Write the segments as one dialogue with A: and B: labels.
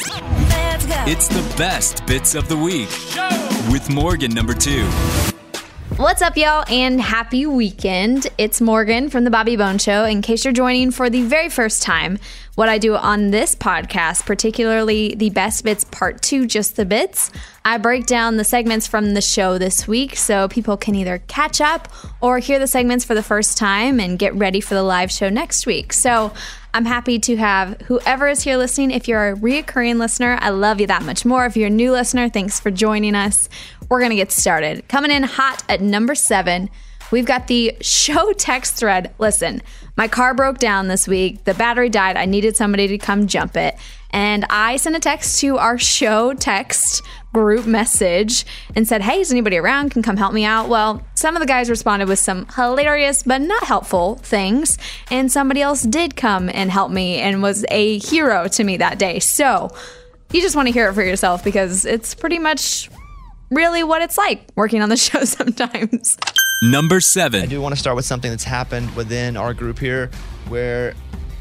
A: It's the best bits of the week with Morgan number two.
B: What's up, y'all, and happy weekend. It's Morgan from The Bobby Bone Show. In case you're joining for the very first time, what I do on this podcast, particularly the Best Bits Part 2, Just the Bits, I break down the segments from the show this week so people can either catch up or hear the segments for the first time and get ready for the live show next week. So I'm happy to have whoever is here listening. If you're a reoccurring listener, I love you that much more. If you're a new listener, thanks for joining us we're going to get started. Coming in hot at number seven, we've got the show text thread. Listen, my car broke down this week. The battery died. I needed somebody to come jump it. And I sent a text to our show text group message and said, Hey, is anybody around? Can come help me out? Well, some of the guys responded with some hilarious but not helpful things. And somebody else did come and help me and was a hero to me that day. So you just want to hear it for yourself because it's pretty much really what it's like working on the show sometimes.
A: Number
C: I
A: seven.
C: do want to start with something that's happened within our group here where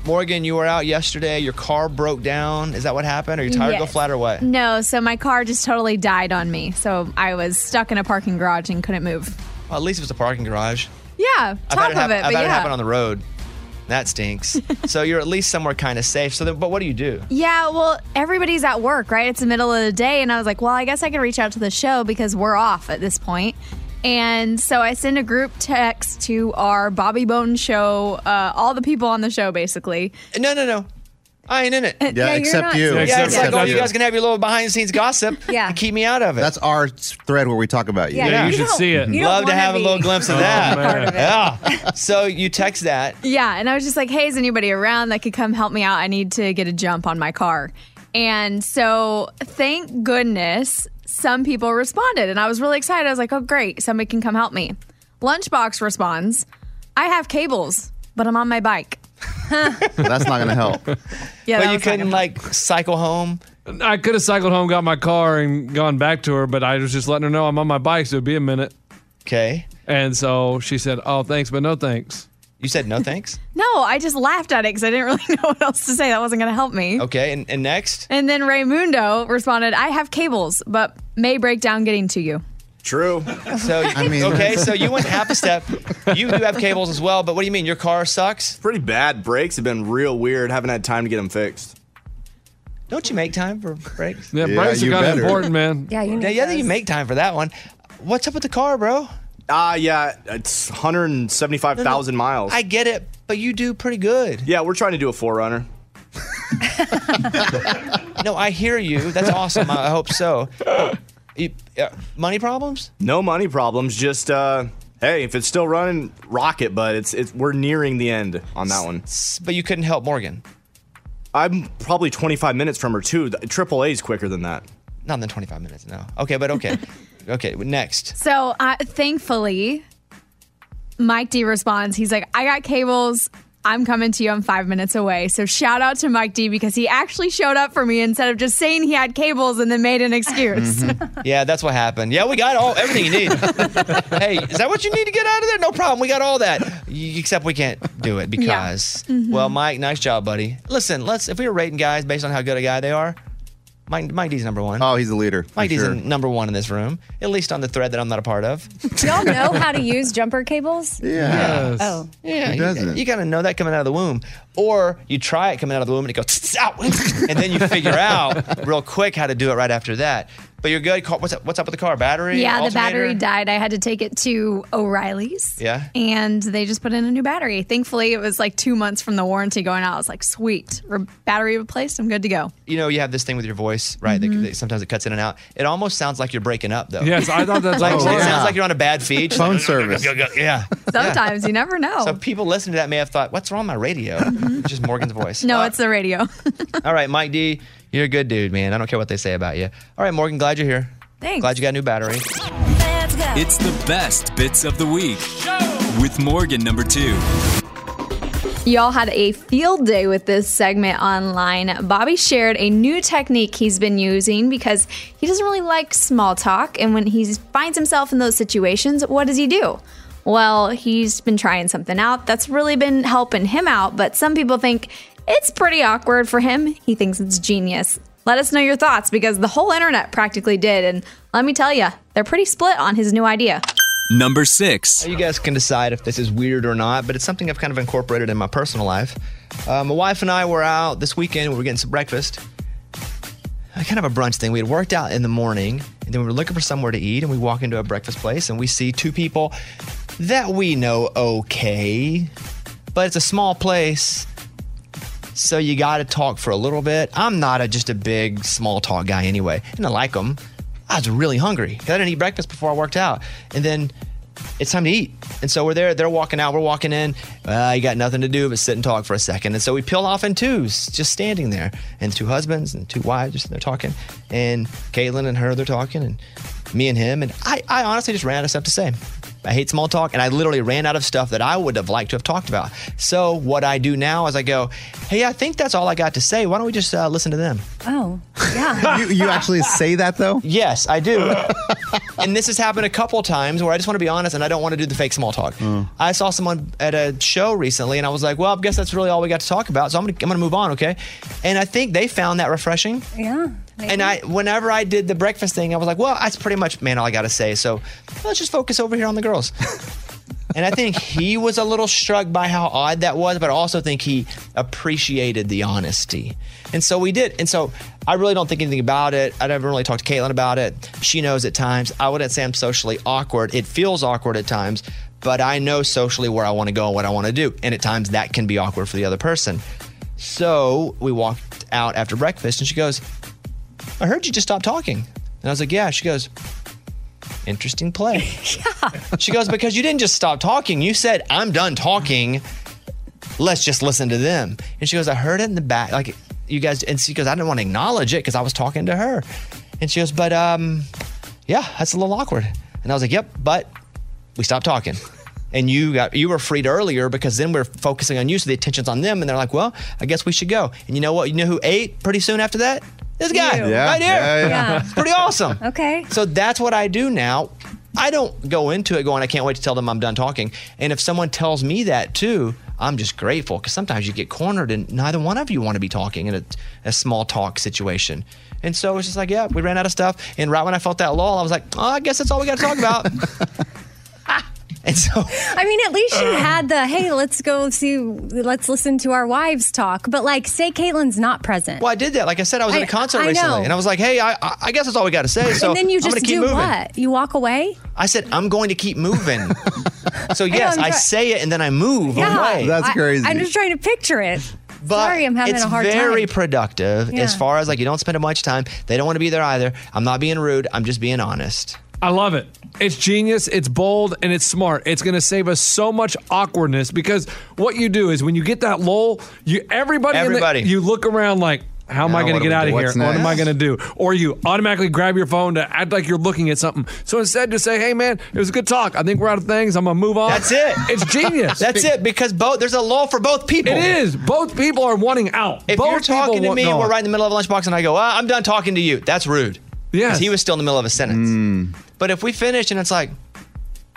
C: Morgan, you were out yesterday, your car broke down. Is that what happened? Are you tired to go
B: Yes.
C: flat or what?
B: No, so my car just totally died on me. So I was stuck in a parking garage and couldn't move.
C: Well, at least it was a parking garage.
B: Yeah,
C: I've had
B: top
C: it,
B: of
C: hap-
B: it,
C: I've
B: but
C: had it
B: yeah.
C: happen on the road. That stinks. so you're at least somewhere kind of safe. So, then, but what do you do?
B: yeah, well, everybody's at work, right? It's the middle of the day, and I was like, well, I guess I could reach out to the show because we're off at this point. And so I send a group text to our Bobby Bone show, uh, all the people on the show, basically.
C: No, no, no. I ain't in it. Yeah,
D: Yeah,
B: you're
D: except
B: not-
D: you.
B: Yeah,
C: it's like, oh, you guys can have your little behind the scenes gossip.
B: Yeah.
C: and keep me out of it.
D: That's our thread where we talk about you.
B: Yeah,
E: you
B: you
E: should
B: don't-
E: see it.
B: you don't
C: Love to
B: wanna
C: have a
B: be
C: little glimpse of
E: Oh,
C: that.
E: man. Part of it.
C: Yeah. So you text that.
B: Yeah, and I was just like, "Hey, is anybody around that could come help me out? I need to get a jump on my car." And so, thank goodness, some people responded, and I was really excited. I was like, "Oh, great! Somebody can come help me." Lunchbox responds, "I have cables, but I'm on my bike."
D: That's not going to help.
B: Yeah, that
C: But you
B: was Mm-hmm. not
C: couldn't
B: gonna-
C: like cycle home.
E: I could have cycled home, got my car, and gone back to her, but I was just letting her know I'm on my bike, so it'd be a minute.
C: Okay.
E: And so she said, "Oh, thanks, but no thanks."
C: You said no thanks.
B: No, I just laughed at it because I didn't really know what else to say. That wasn't going to help me.
C: Okay. And, and next.
B: And then Raymundo responded, "I have cables, but may break down getting to you."
D: True.
C: So
D: I mean-
C: okay, so you went half a step. You do have cables as well, but what do you mean? Your car sucks?
F: pretty bad. Brakes have been real weird. Haven't had time to get them fixed.
C: Don't you make time for breaks?
E: Yeah,
D: Yeah,
E: brakes are
D: you
E: kind of
D: better.
E: important, man.
G: Yeah, you
C: Yeah, yeah, you make time for that one. What's up with the car, bro?
F: Ah, yeah, it's 175,000 miles.
C: I get it, but you do pretty good.
F: yeah, we're trying to do a forerunner.
C: No, I hear you. That's awesome. I I hope so. You- uh, money problems?
F: No money problems. Just uh, hey, if it's still running, rock it. But it's it's we're nearing the end on that one.
C: S- But you couldn't help Morgan.
F: I'm probably 25 minutes from her too. The- Triple A's quicker than that.
C: Not than 25 minutes, no. Okay, but okay. okay, next.
B: So uh, thankfully, Mike D responds. He's like, I got cables. I'm coming to you. I'm five minutes away. So shout out to Mike D because he actually showed up for me instead of just saying he had cables and then made an excuse.
C: Yeah, that's what happened. Yeah, we got all everything you need. hey, is that what you need to get out of there? No problem. We got all that. Y- Except we can't do it because
B: Mm-hmm.
H: Mhm.
C: well, Mike, nice job, buddy. Listen, let's if we were rating guys based on how good a guy they are, Mike Mike D's number one. Oh, he's the leader. Mike D's
D: sure.
C: the number one in this room, at least on the thread that I'm not a part of.
I: Y'all know how to use jumper cables?
C: Yes.
I: Oh.
C: Yeah, you- You, gotta know that coming out of the womb, or you try it coming out of the womb and it goes "Tss, out, and then you figure out real quick how to do it right after that. But you're good. Car- What's up? What's up with the car? Battery?
B: yeah, the
C: alternator?
B: battery died. I had to take it to O'Reilly's.
C: Yeah.
B: And they just put in a new battery. Thankfully, it was like two months from the warranty going out. I was like, sweet, re- battery replaced. I'm good to go.
C: You know, you have this thing with your voice, right? that-
B: Mhm.
C: that sometimes it cuts in and out. It almost sounds like you're breaking up, though.
E: Yes, I thought that's
C: like
E: what-
C: it
E: Oh, yeah.
C: sounds like you're on a bad feed.
D: Phone service.
C: Yeah.
B: Sometimes Oh. you never know.
C: So people listening to that may have thought, "What's wrong with my radio?" It's Just Morgan's voice.
B: Mm-hmm. no, it's the radio.
C: All right, Mike D, you're a good dude, man. I don't care what they say about you. All right, Morgan, glad you're here.
B: Thanks.
C: Glad you got a new battery.
A: It's the best bits of the week with Morgan number two.
B: Y'all had a field day with this segment online. Bobby shared a new technique he's been using because he doesn't really like small talk. And when he finds himself in those situations, what does he do? Well, he's been trying something out that's really been helping him out, but some people think it's pretty awkward for him. He thinks it's genius. Let us know your thoughts because the whole internet practically did. And let me tell you, they're pretty split on his new idea.
A: Number six.
C: You guys can decide if this is weird or not, but it's something I've kind of incorporated in my personal life. Uh, my wife and I were out this weekend. We were getting some breakfast. Uh, Kind of a brunch thing. We had worked out in the morning, and then we were looking for somewhere to eat, and we walk into a breakfast place, and we see two people that we know okay, but it's a small place. So you got to talk for a little bit. I'm not a, just a big small talk guy anyway, and I like them. I was really hungry 'cause I didn't eat breakfast before I worked out, and then it's time to eat. And so we're there. They're walking out. We're walking in. Uh, you got nothing to do but sit and talk for a second. And so we peel off in twos, just standing there. And two husbands and two wives, just they're talking. And Caitlin and her, they're talking. And me and him. And I, I honestly just ran out of stuff to say. I hate small talk. And I literally ran out of stuff that I would have liked to have talked about. So what I do now is I go, hey, I think that's all I got to say. Why don't we just uh, listen to them?
I: Oh.
C: you, you actually say that though? Yes, I do. and this has happened a couple times where I just want to be honest and I don't want to do the fake small talk. I saw someone at a show recently and I was like, well, I guess that's really all we got to talk about. So I'm going to I'm going to move on, okay? And I think they found that refreshing.
I: Yeah.
C: And I, whenever I did the breakfast thing, I was like, well, that's pretty much, man, all I got to say. So let's just focus over here on the girls. and I think he was a little struck by how odd that was, but I also think he appreciated the honesty. And so we did. And so I really don't think anything about it. I never really talked to Caitlin about it. She knows at times. I wouldn't say I'm socially awkward. It feels awkward at times, but I know socially where I want to go and what I want to do. And at times that can be awkward for the other person. So we walked out after breakfast and she goes, I heard you just stopped talking. And I was like, yeah. She goes, interesting play. She goes, because you didn't just stop talking. You said, I'm done talking. Let's just listen to them. And she goes, I heard it in the back. Like, you guys, and she goes, I didn't want to acknowledge it because I was talking to her. And she goes, but um, yeah, that's a little awkward. And I was like, yep, but we stopped talking. And you got you were freed earlier because then we're focusing on you, so the attention's on them, and they're like, "Well, I guess we should go." And you know what? You know who ate pretty soon after that? This guy
H: You. Yeah,
C: right here.
H: yeah, yeah.
C: It's pretty awesome.
I: Okay.
C: So that's what I do now. I don't go into it going, I can't wait to tell them I'm done talking. And if someone tells me that too, I'm just grateful because sometimes you get cornered and neither one of you want to be talking in a, a small talk situation. And so it's just like, yeah, we ran out of stuff. And right when I felt that lull, I was like, oh, I guess that's all we got to talk about. and so
I: I mean, at least
C: Uh.
I: you had the hey, let's go see, let's listen to our wives talk. But like, say Caitlin's not present.
C: Well, I did that. Like I said, I was at
I: I-
C: a concert
I: I know.
C: recently, and I was like, "Hey, I, I I guess that's all we got to say." So
I: and then you
C: I'm
I: just
C: gonna keep
I: do
C: moving.
I: what? You walk away?
C: I said, "I'm going to keep moving." so yes,
I: I'm
C: I
I: try-
C: say it and then I move away.
I: I- I'm just trying to picture it. Sorry, I'm having
C: it's
I: a hard
C: very
I: time.
C: productive as
I: Yeah.
C: far as like you don't spend much time. They don't want to be there either. I'm not being rude. I'm just being honest.
E: I love it. It's genius, it's bold, and it's smart. It's going to save us so much awkwardness because what you do is when you get that lull, you everybody, in the-
C: Everybody.
E: you look around like, How am
H: Now
E: I going
H: what
E: to get
H: do we
E: out
H: do?
E: of here?
H: What's
E: What am I
H: next?
E: going to do? Or you automatically grab your phone to act like you're looking at something. So instead, just say, "Hey, man, it was a good talk. I think we're out of things. I'm going to move on."
C: That's it.
E: It's genius.
C: That's it because both there's a law for both people.
E: It is. Both people are wanting out.
C: If
E: both
C: you're talking
E: people
C: to
E: want
C: me, and
E: gone.
C: we're right in the middle of a lunchbox, and I go, ah, "I'm done talking to you." That's rude.
E: Yes. Hmm.
C: he was still in the middle of a sentence. But if we finish and it's like,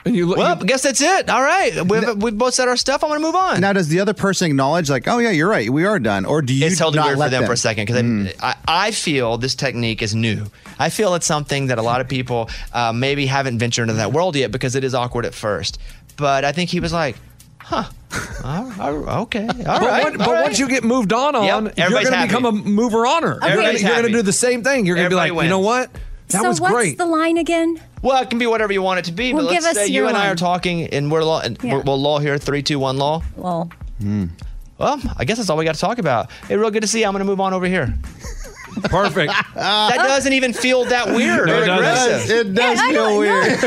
E: and you look,
C: well, I guess that's it. All right, we've, we both said our stuff. I'm going to move on.
D: Now, does the other person acknowledge, like, oh, yeah, you're right, we are done? Or do you
C: it's held
D: not
C: weird
D: let Hmm.
C: for them, for a second because I, I feel this technique is new. I feel it's something that a lot of people uh, maybe haven't ventured into that world yet because it is awkward at first. But I think he was like, huh, all right, okay, all
E: but
C: right.
E: what- but
C: all right."
E: once you get moved on, on
C: Yep,
E: you're
C: everybody's
E: going to
C: happy.
E: become a mover honor. You're gonna-
C: Everybody's
E: You're going to
C: happy.
E: do the same thing. You're going to be
C: Everybody
E: like, you know what?
C: wins.
E: That
I: so
E: was
I: what's
E: great.
I: the line again?
C: Well, it can be whatever you want it to be.
I: Well,
C: but let's
I: give us
C: say you
I: your
C: and I
I: one.
C: are talking, and we're law, and
I: Yeah.
C: we're, we'll law here. Three, two, one, law.
I: Well,
C: Well, I guess that's all we got to talk about. Hey, real good to see you. I'm going to move on over here.
E: Perfect.
C: that doesn't even feel that weird
E: No, it
C: or
E: doesn't.
C: aggressive.
D: It
I: does Yeah, I feel know, weird.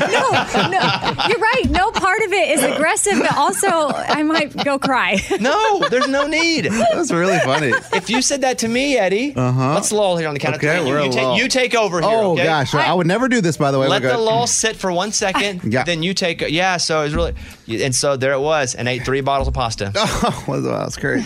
I: You're right. No part of it is aggressive, but also I might go cry.
C: No, there's no need.
D: That's really funny.
C: If you said that to me, Eddie,
D: Uh-huh.
C: let's lull here on the count
D: Okay,
C: of three. You-
D: we're
C: You,
D: a
C: take,
D: lull.
C: you take over here.
D: Oh,
C: okay?
D: gosh. I, would never do this, by the way.
C: Let
D: We're
C: the
D: good.
C: lull sit for one second.
D: Yeah.
C: Then you take. Yeah. So it was really. And so there it was, and ate three bottles of pasta.
D: Oh, wow, that's crazy.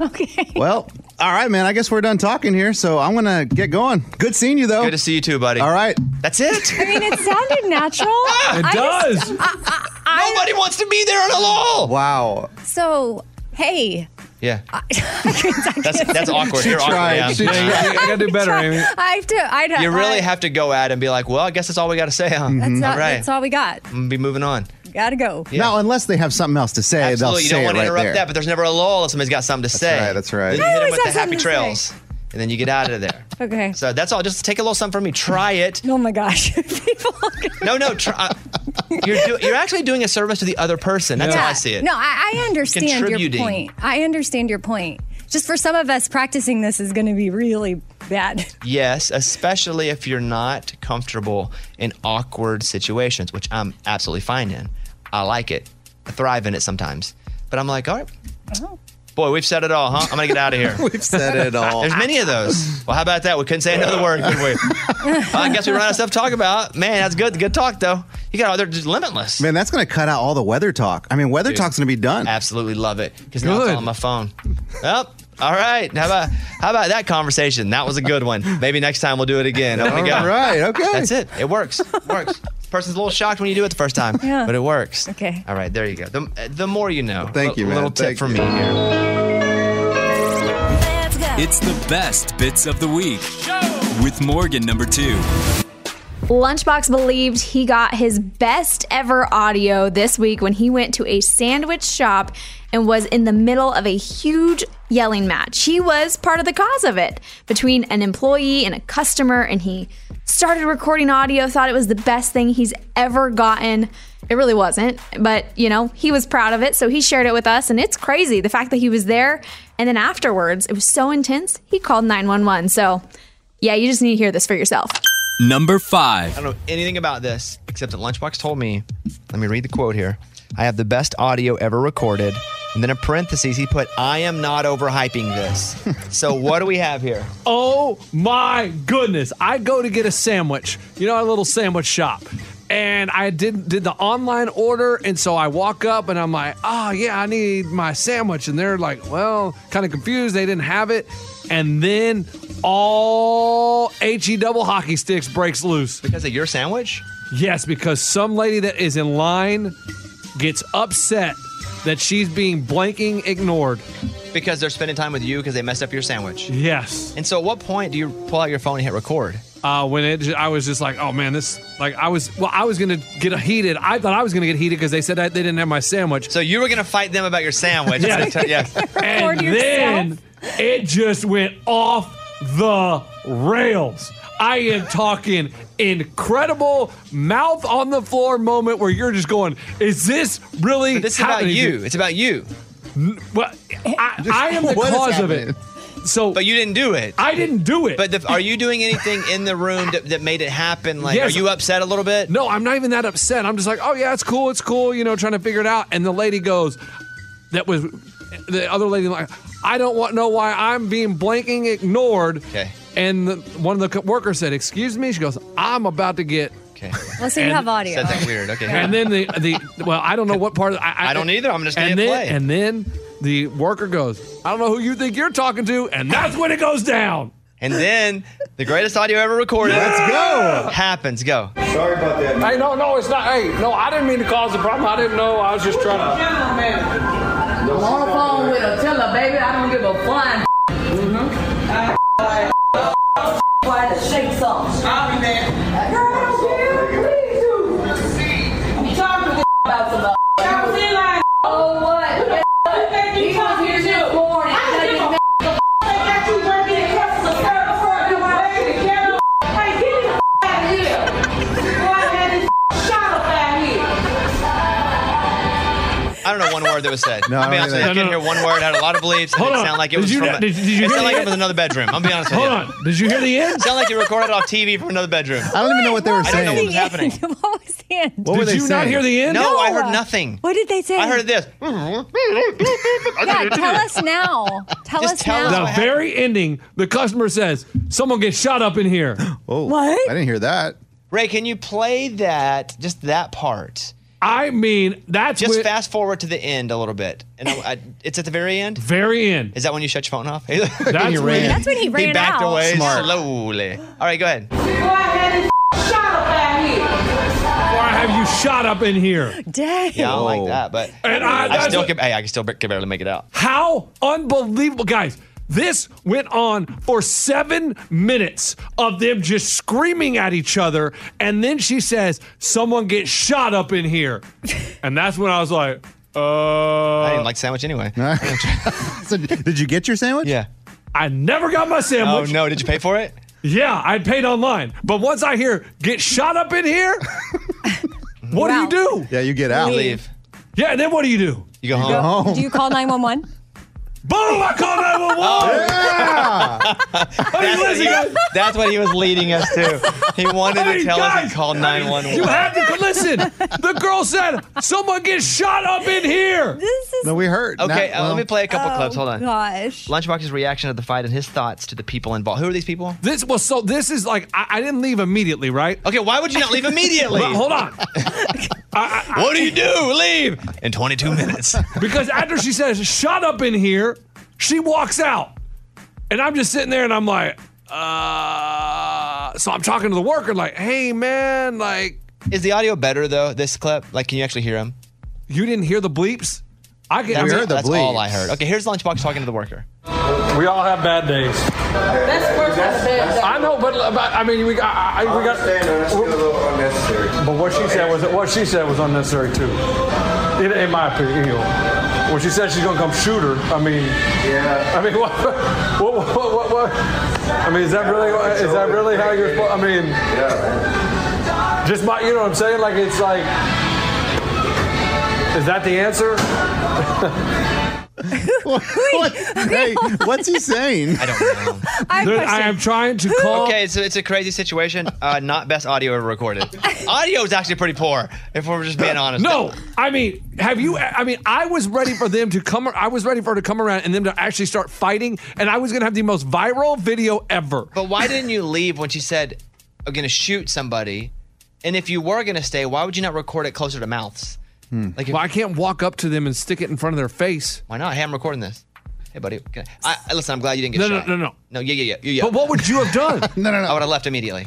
D: okay. Well, all right, man. I guess we're done talking here, so I'm gonna get going. Good seeing you, though.
C: Good to see you too, buddy.
D: All right.
C: That's it.
I: I mean, it sounded natural.
D: It
I: I just-
D: does.
I: I- I-
C: Nobody wants to be there at all.
D: Wow.
I: so, hey.
C: Yeah.
I: that's
C: that's awkward.
E: She
C: You're awkward,
E: tried.
C: yeah.
E: She tried. You gotta do better, Amy.
I: I have to. I
C: You really
I: I,
C: have to go at it and be like, well, I guess that's all we got to say, huh?
D: Mm-hmm.
I: That's, all,
C: all right.
I: that's all we got.
C: I'm gonna be moving on.
I: Gotta go.
D: Now, unless they have something else to say,
C: Absolutely, you
D: they'll say
C: don't want
D: it
C: to
D: right
C: interrupt
D: there.
C: that, but there's never a lull if somebody's got something to say. That's
D: right.
C: Then you
I: I
C: hit them
I: always
C: with the happy
I: have something to say.
C: trails, and then you get out of there.
I: Okay.
C: So that's all. Just take a little something from me. Try it.
I: Oh my gosh.
C: No, no. Try, uh, you're do, you're actually doing a service to the other person. That's how I see it.
I: No, I, I understand your
C: Contributing.
I: point. I understand your point. Just for some of us, practicing this is going to be really bad.
C: Yes, especially if you're not comfortable in awkward situations, which I'm absolutely fine in. I like it. I thrive in it sometimes. But I'm like, all right. Boy, we've said it all, huh? I'm gonna get out of here.
D: We've said it all.
C: There's many of those. Well, how about that? We couldn't say another word, could we? Well, I guess we ran out of stuff to talk about. Man, that's good. Good talk though. You got they're just limitless.
D: Man, that's gonna cut out all the weather talk. I mean, weather
C: Dude.
D: talk's gonna be done.
C: Absolutely love it because now it's all on my phone. Yep. All right. How about how about that conversation? That was a good one. Maybe next time we'll do it again. I'm gonna go.
D: All right, okay.
C: That's it. It works. It works. Person's a little shocked when you do it the first time,
I: Yeah.
C: but it works.
I: Okay.
C: All right. There you go. The, uh, the more you know.
D: Thank you, man.
C: Little tip
D: Thank
C: from
D: you.
C: me here.
A: It's the best bits of the week with Morgan number two.
B: Lunchbox believed he got his best ever audio this week when he went to a sandwich shop and was in the middle of a huge yelling match. He was part of the cause of it between an employee and a customer, and he started recording audio, thought it was the best thing he's ever gotten. It really wasn't, but you know, he was proud of it, so he shared it with us, and it's crazy the fact that he was there. And then afterwards, it was so intense, he called 911. So, yeah, you just need to hear this for yourself.
A: Number five.
C: I don't know anything about this except that Lunchbox told me. Let me read the quote here. I have the best audio ever recorded. And then in parentheses, he put, "I am not overhyping this." so what do we have here?
E: Oh my goodness! I go to get a sandwich. You know, our little sandwich shop. And I did did the online order, and so I walk up and I'm like, "Oh yeah, I need my sandwich." And they're like, "Well," kind of confused. They didn't have it, and then all he double hockey sticks breaks loose
C: because of your sandwich.
E: Yes, because some lady that is in line gets upset that she's being blanking ignored.
C: Because they're spending time with you because they messed up your sandwich.
E: Yes.
C: And so at what point do you pull out your phone and hit record?
E: Uh, when it, ju- I was just like, oh man, this, like, I was, well, I was gonna get heated. I thought I was gonna get heated because they said I, they didn't have my sandwich.
C: So you were gonna fight them about your sandwich.
E: Yeah.
C: yes.
E: and then it just went off the rails. I am talking incredible mouth on the floor moment where you're just going, is this really
C: But this is about
E: happening?
C: you. It's about you.
E: Well, I, I am the cause of it. So,
C: but you didn't do it.
E: I didn't do it.
C: But the, are you doing anything in the room that, that made it happen? Like,
E: Yes.
C: are you upset a little bit?
E: No, I'm not even that upset. I'm just like, oh yeah, it's cool, it's cool, you know, trying to figure it out. And the lady goes, that was the other lady like, I don't want know why I'm being blanking ignored. Okay. And the, one of the co- workers said, "Excuse me." She goes, "I'm about to get." Okay.
I: Well, so you have audio.
C: Said that weird. Okay.
E: And then the the well, I don't know what part. Of, I, I,
C: don't either. I'm just gonna
E: and then,
C: hit play.
E: And then the worker goes, "I don't know who you think you're talking to," and that's when it goes down.
C: And then the greatest audio ever recorded. Let's go. Happens. Go.
E: Sorry about that. Hey, no, no, it's not. Hey, no, I didn't mean to cause the problem. I didn't know. I was just trying to.
H: I'm on the phone with her. Tell her, baby, I don't give a flying. Mm-hmm. I try to shake something. I'll be there. Girl, I don't care. Please do. I'm talking to this about some. I was in line. Oh, what? Guess what? He was here this morning. I didn't give a
C: I don't know one word that was said. No, I'll be honest with you. I
E: No,
C: didn't
E: no.
C: hear one word. I had a lot of bleeps. and
E: Hold
C: it
E: on.
C: sounded like it
E: Did
C: was
E: you-
C: from a,
E: did- did you
C: it
E: hear
C: sounded like
E: the
C: it was another bedroom. I'll be honest with
E: Hold
C: you.
E: on. Did you hear the end?
C: sounded like you recorded off TV from another bedroom.
D: I don't even know what they were
C: I don't know what
D: saying.
C: was happening.
I: what was the end?
D: What were Did they you not saying? hear the end?
C: No, I heard
I: No.
C: nothing.
I: What did they say?
C: I heard this. Mm-hmm.
I: Yeah, tell us now. Tell us now.
E: the very ending, the customer says, "Someone gets shot up in here."
D: Oh,
C: What?
D: I didn't hear that.
C: Ray, can you play that? Just that part.
E: I mean, that's
C: just fast forward to the end a little bit, and I, I- it's at the very end.
E: Very end.
C: Is that when you shut your phone off? that's,
E: That's when- That's when he
C: He
E: ran
C: backed
E: out.
C: away
E: Smart.
C: slowly. All right, go ahead.
H: Before I had this shot up out here.
E: Or have you shot up in here?
I: Dang.
C: Yeah, I don't like that, but
E: And I-
C: I,
E: that's
C: still
E: what-
C: can, hey, I can still ba- can barely make it out.
E: How unbelievable, guys! This went on for seven minutes of them just screaming at each other, and then she says, "Someone gets shot up in here," and that's when I was like, "Uh." I
C: didn't like sandwich anyway.
D: so, did you get your sandwich?
C: Yeah.
E: I never got my sandwich.
C: Oh no! Did you pay for it?
E: Yeah, I paid online. But once I hear "get shot up in here," what do you do?
D: Yeah, you get out.
C: Leave.
E: Yeah, and then what do you do?
C: You go
D: home. Go home.
I: Do you call 911?
E: Boom! I call 911. Oh,
C: That's, what he, that's what he was leading us to. He wanted to tell us
E: guys,
C: he called nine one one.
E: You have to but listen. The girl said, "Someone get shot up in here."
I: This
D: No, we heard.
C: Okay,
D: Not-
C: uh,
D: well-
C: let me play a couple clips. Hold on.
I: Oh, Gosh.
C: Lunchbox's reaction to the fight and his thoughts to the people involved. Who are these people?
E: This was so. This is like I, I didn't leave immediately, right?
C: Okay, why would you not leave immediately?
E: Well, hold on.
C: what do you do? Leave in 22 minutes.
E: because after she says "shut up in here," she walks out, and I'm just sitting there, and I'm like, uh. So I'm talking to the worker, like, "Hey, man, like."
C: Is the audio better though? This clip, like, can you actually hear him?
E: You didn't hear the bleeps. I can.
C: That's,
E: hear
C: that's all I heard. Okay, here's Lunchbox talking to the worker.
E: We all have bad days.
H: That's worse than bad days.
E: I know, but, but I mean, we got. I, I- we got.
J: unnecessary.
E: But what she said was what she said was unnecessary too, in, in my opinion. You know, when she said she's gonna come shoot her, I mean, yeah. I mean, what, what, what, what, what- I mean, is that really is that really how you're? supposed- I mean, just my, you know what I'm saying? Like it's like, is that the answer?
D: What- hey, what's he saying? I
C: don't know.
E: trying to
C: call. Okay, so it's a crazy situation. Uh, not best audio ever recorded. audio is actually pretty poor, if we're just being honest.
E: No, I mean, have you? I mean, I was ready for them to come. I was ready for her to come around and them to actually start fighting, and I was gonna have the most viral video ever.
C: But why didn't you leave when she said, I'm going to shoot somebody? And if you were going to stay, why would you not record it closer to mouths? Like,
E: well, I can't walk up to them and stick it in front of their face.
C: Why not? Hey, I'm recording this. Hey, buddy. Can I, I, listen, I'm glad you didn't get
E: No, no,
C: shot.
E: no, no.
C: No, yeah, yeah, yeah, yeah.
E: But what would you have done?
D: no, no, no.
C: I would have left immediately.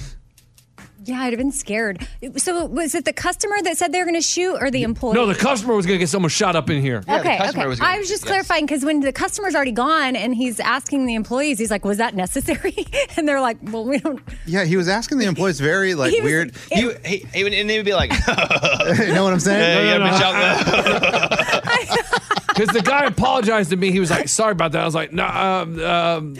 I: Yeah, I'd have been scared. So was it the customer that said they were going to shoot or the employee?
E: No, the customer was gonna get someone shot up in here.
I: okay, okay. I was just clarifying because when the customer's already gone and he's asking the employees, he's like, "Was that necessary?" And they're like, "Well, we don't."
D: Yeah, he was asking the employees very like
I: He was-
D: weird.
C: You, he, he, would- and he would be like,
D: you know what I'm saying?
C: Yeah, yeah, bitch, I'll-
E: Because the guy apologized to me. He was like, "Sorry about that." I was like, "No, um, um,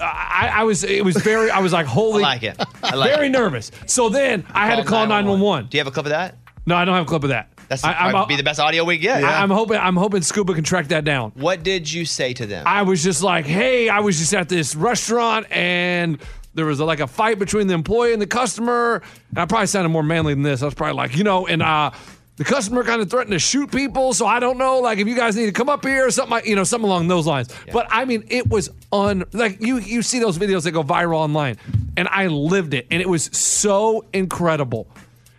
E: I, I was. It was very. I was like, holy,
C: I like it. I like
E: very
C: it.
E: nervous." So then I had to
C: Call
E: call nine one one. Do
C: you have a clip of that?
E: No, I don't have a clip of that.
C: That's
E: I, I'm-
C: might be the best audio we get.
E: I, am hoping. I'm hoping Scuba can track that down.
C: what did you say to them?
E: I was just like, "Hey, I was just at this restaurant and." There was like a fight between the employee and the customer. And I probably sounded more manly than this. I was probably like, you know, and uh, the customer kind of threatened to shoot people. So I don't know, like if you guys need to come up here or something, like, you know, something along those lines. But I mean, it was un like you you see those videos that go viral online, and I lived it, and it was so incredible.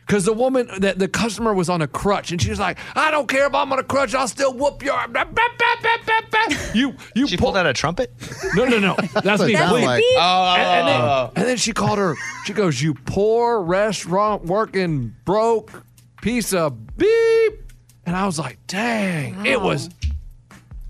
E: Because the woman, that the customer was on a crutch, and she was like, "I don't care if I'm on a crutch, I'll still whoop your." Bah, bah, bah, bah, bah, bah." You, you. She pulled
C: out a trumpet.
E: No, no, no. That's
C: That's
E: me.
C: what it sounds
E: please.
C: like. Oh.
E: And, and then, and then she called her. She goes, "You poor restaurant working broke piece of beep," and I was like, "Dang, it was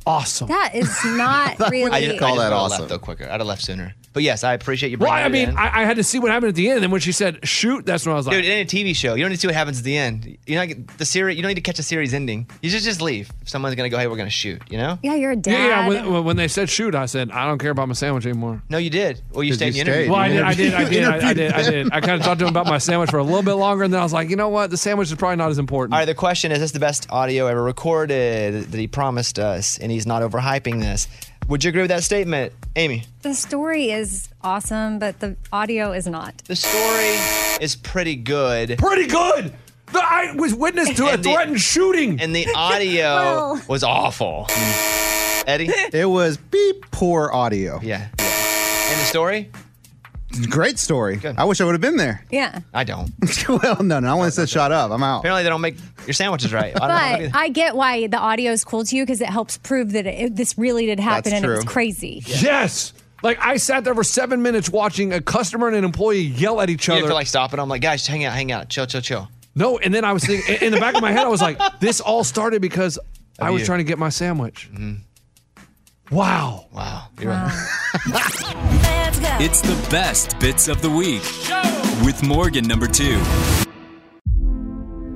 E: awesome."
I: That is not really.
C: that awesome. Left, though quicker, I'd have left sooner. But yes, I appreciate you.
E: Well,
C: Bringing
E: I
C: it
E: mean,
C: in.
E: I, I had to see what happened at the end, and then when she said "shoot," that's when I was like,
C: Dude, in a TV show, you don't need to see what happens at the end. You know, like, the series. You don't need to catch a series ending. You just just leave. Someone's gonna go, "Hey, we're gonna shoot." You know?
I: Yeah, you're a dad.
E: Yeah, yeah. When, when- when they said shoot, I said I don't care about my sandwich anymore.
C: No, you did. Well, you
E: 'Cause
C: stayed.
E: you
C: in the interview.
E: Well, I did, I did, I did, I, I did, I did. I kind of talked to him about my sandwich for a little bit longer, and then I was like, you know what, the sandwich is probably not as important.
C: All right, the question is: Is this the best audio ever recorded that he promised us? And he's not overhyping this. Would you agree with that statement, Amy?
I: The story is awesome, but the audio is not.
C: The story is pretty good.
E: Pretty good. I was witness
I: to a
E: threatened shooting,
C: and the audio
I: Well-
C: was awful. Eddie,
D: It was beep poor audio.
C: Yeah. and the story?
D: Great story. I wish I would have been there.
I: Yeah.
C: I don't.
D: well, no, no. I want to said shut up. I'm out.
C: Apparently, they don't make your sandwiches right. I don't know.
I: But I get why the audio is cool to you because it helps prove that it, this really did happen
E: That's
I: and it was
E: true.
I: crazy.
E: Yes. Like I sat there for seven minutes watching a customer and an employee yell at each
C: You
E: other.
C: didn't feel like stopping. I'm like, guys, hang out, hang out, chill, chill, chill.
E: no, and then I was thinking in- in the back of my head, I was like, this all started because I was
C: you.
E: trying to get my sandwich. Wow.
C: Wow.
H: Let's go.
A: It's the best bits of the week with Morgan number two.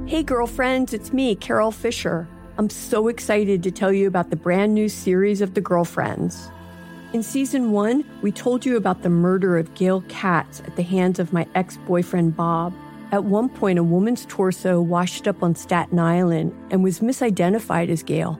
K: Hey, girlfriends, it's me, Carol Fisher. I'm so excited to tell you about the brand new series of The Girlfriends. In season one, we told you about the murder of Gail Katz at the hands of my ex boyfriend, Bob. At one point, a woman's torso washed up on Staten Island and was misidentified as Gail.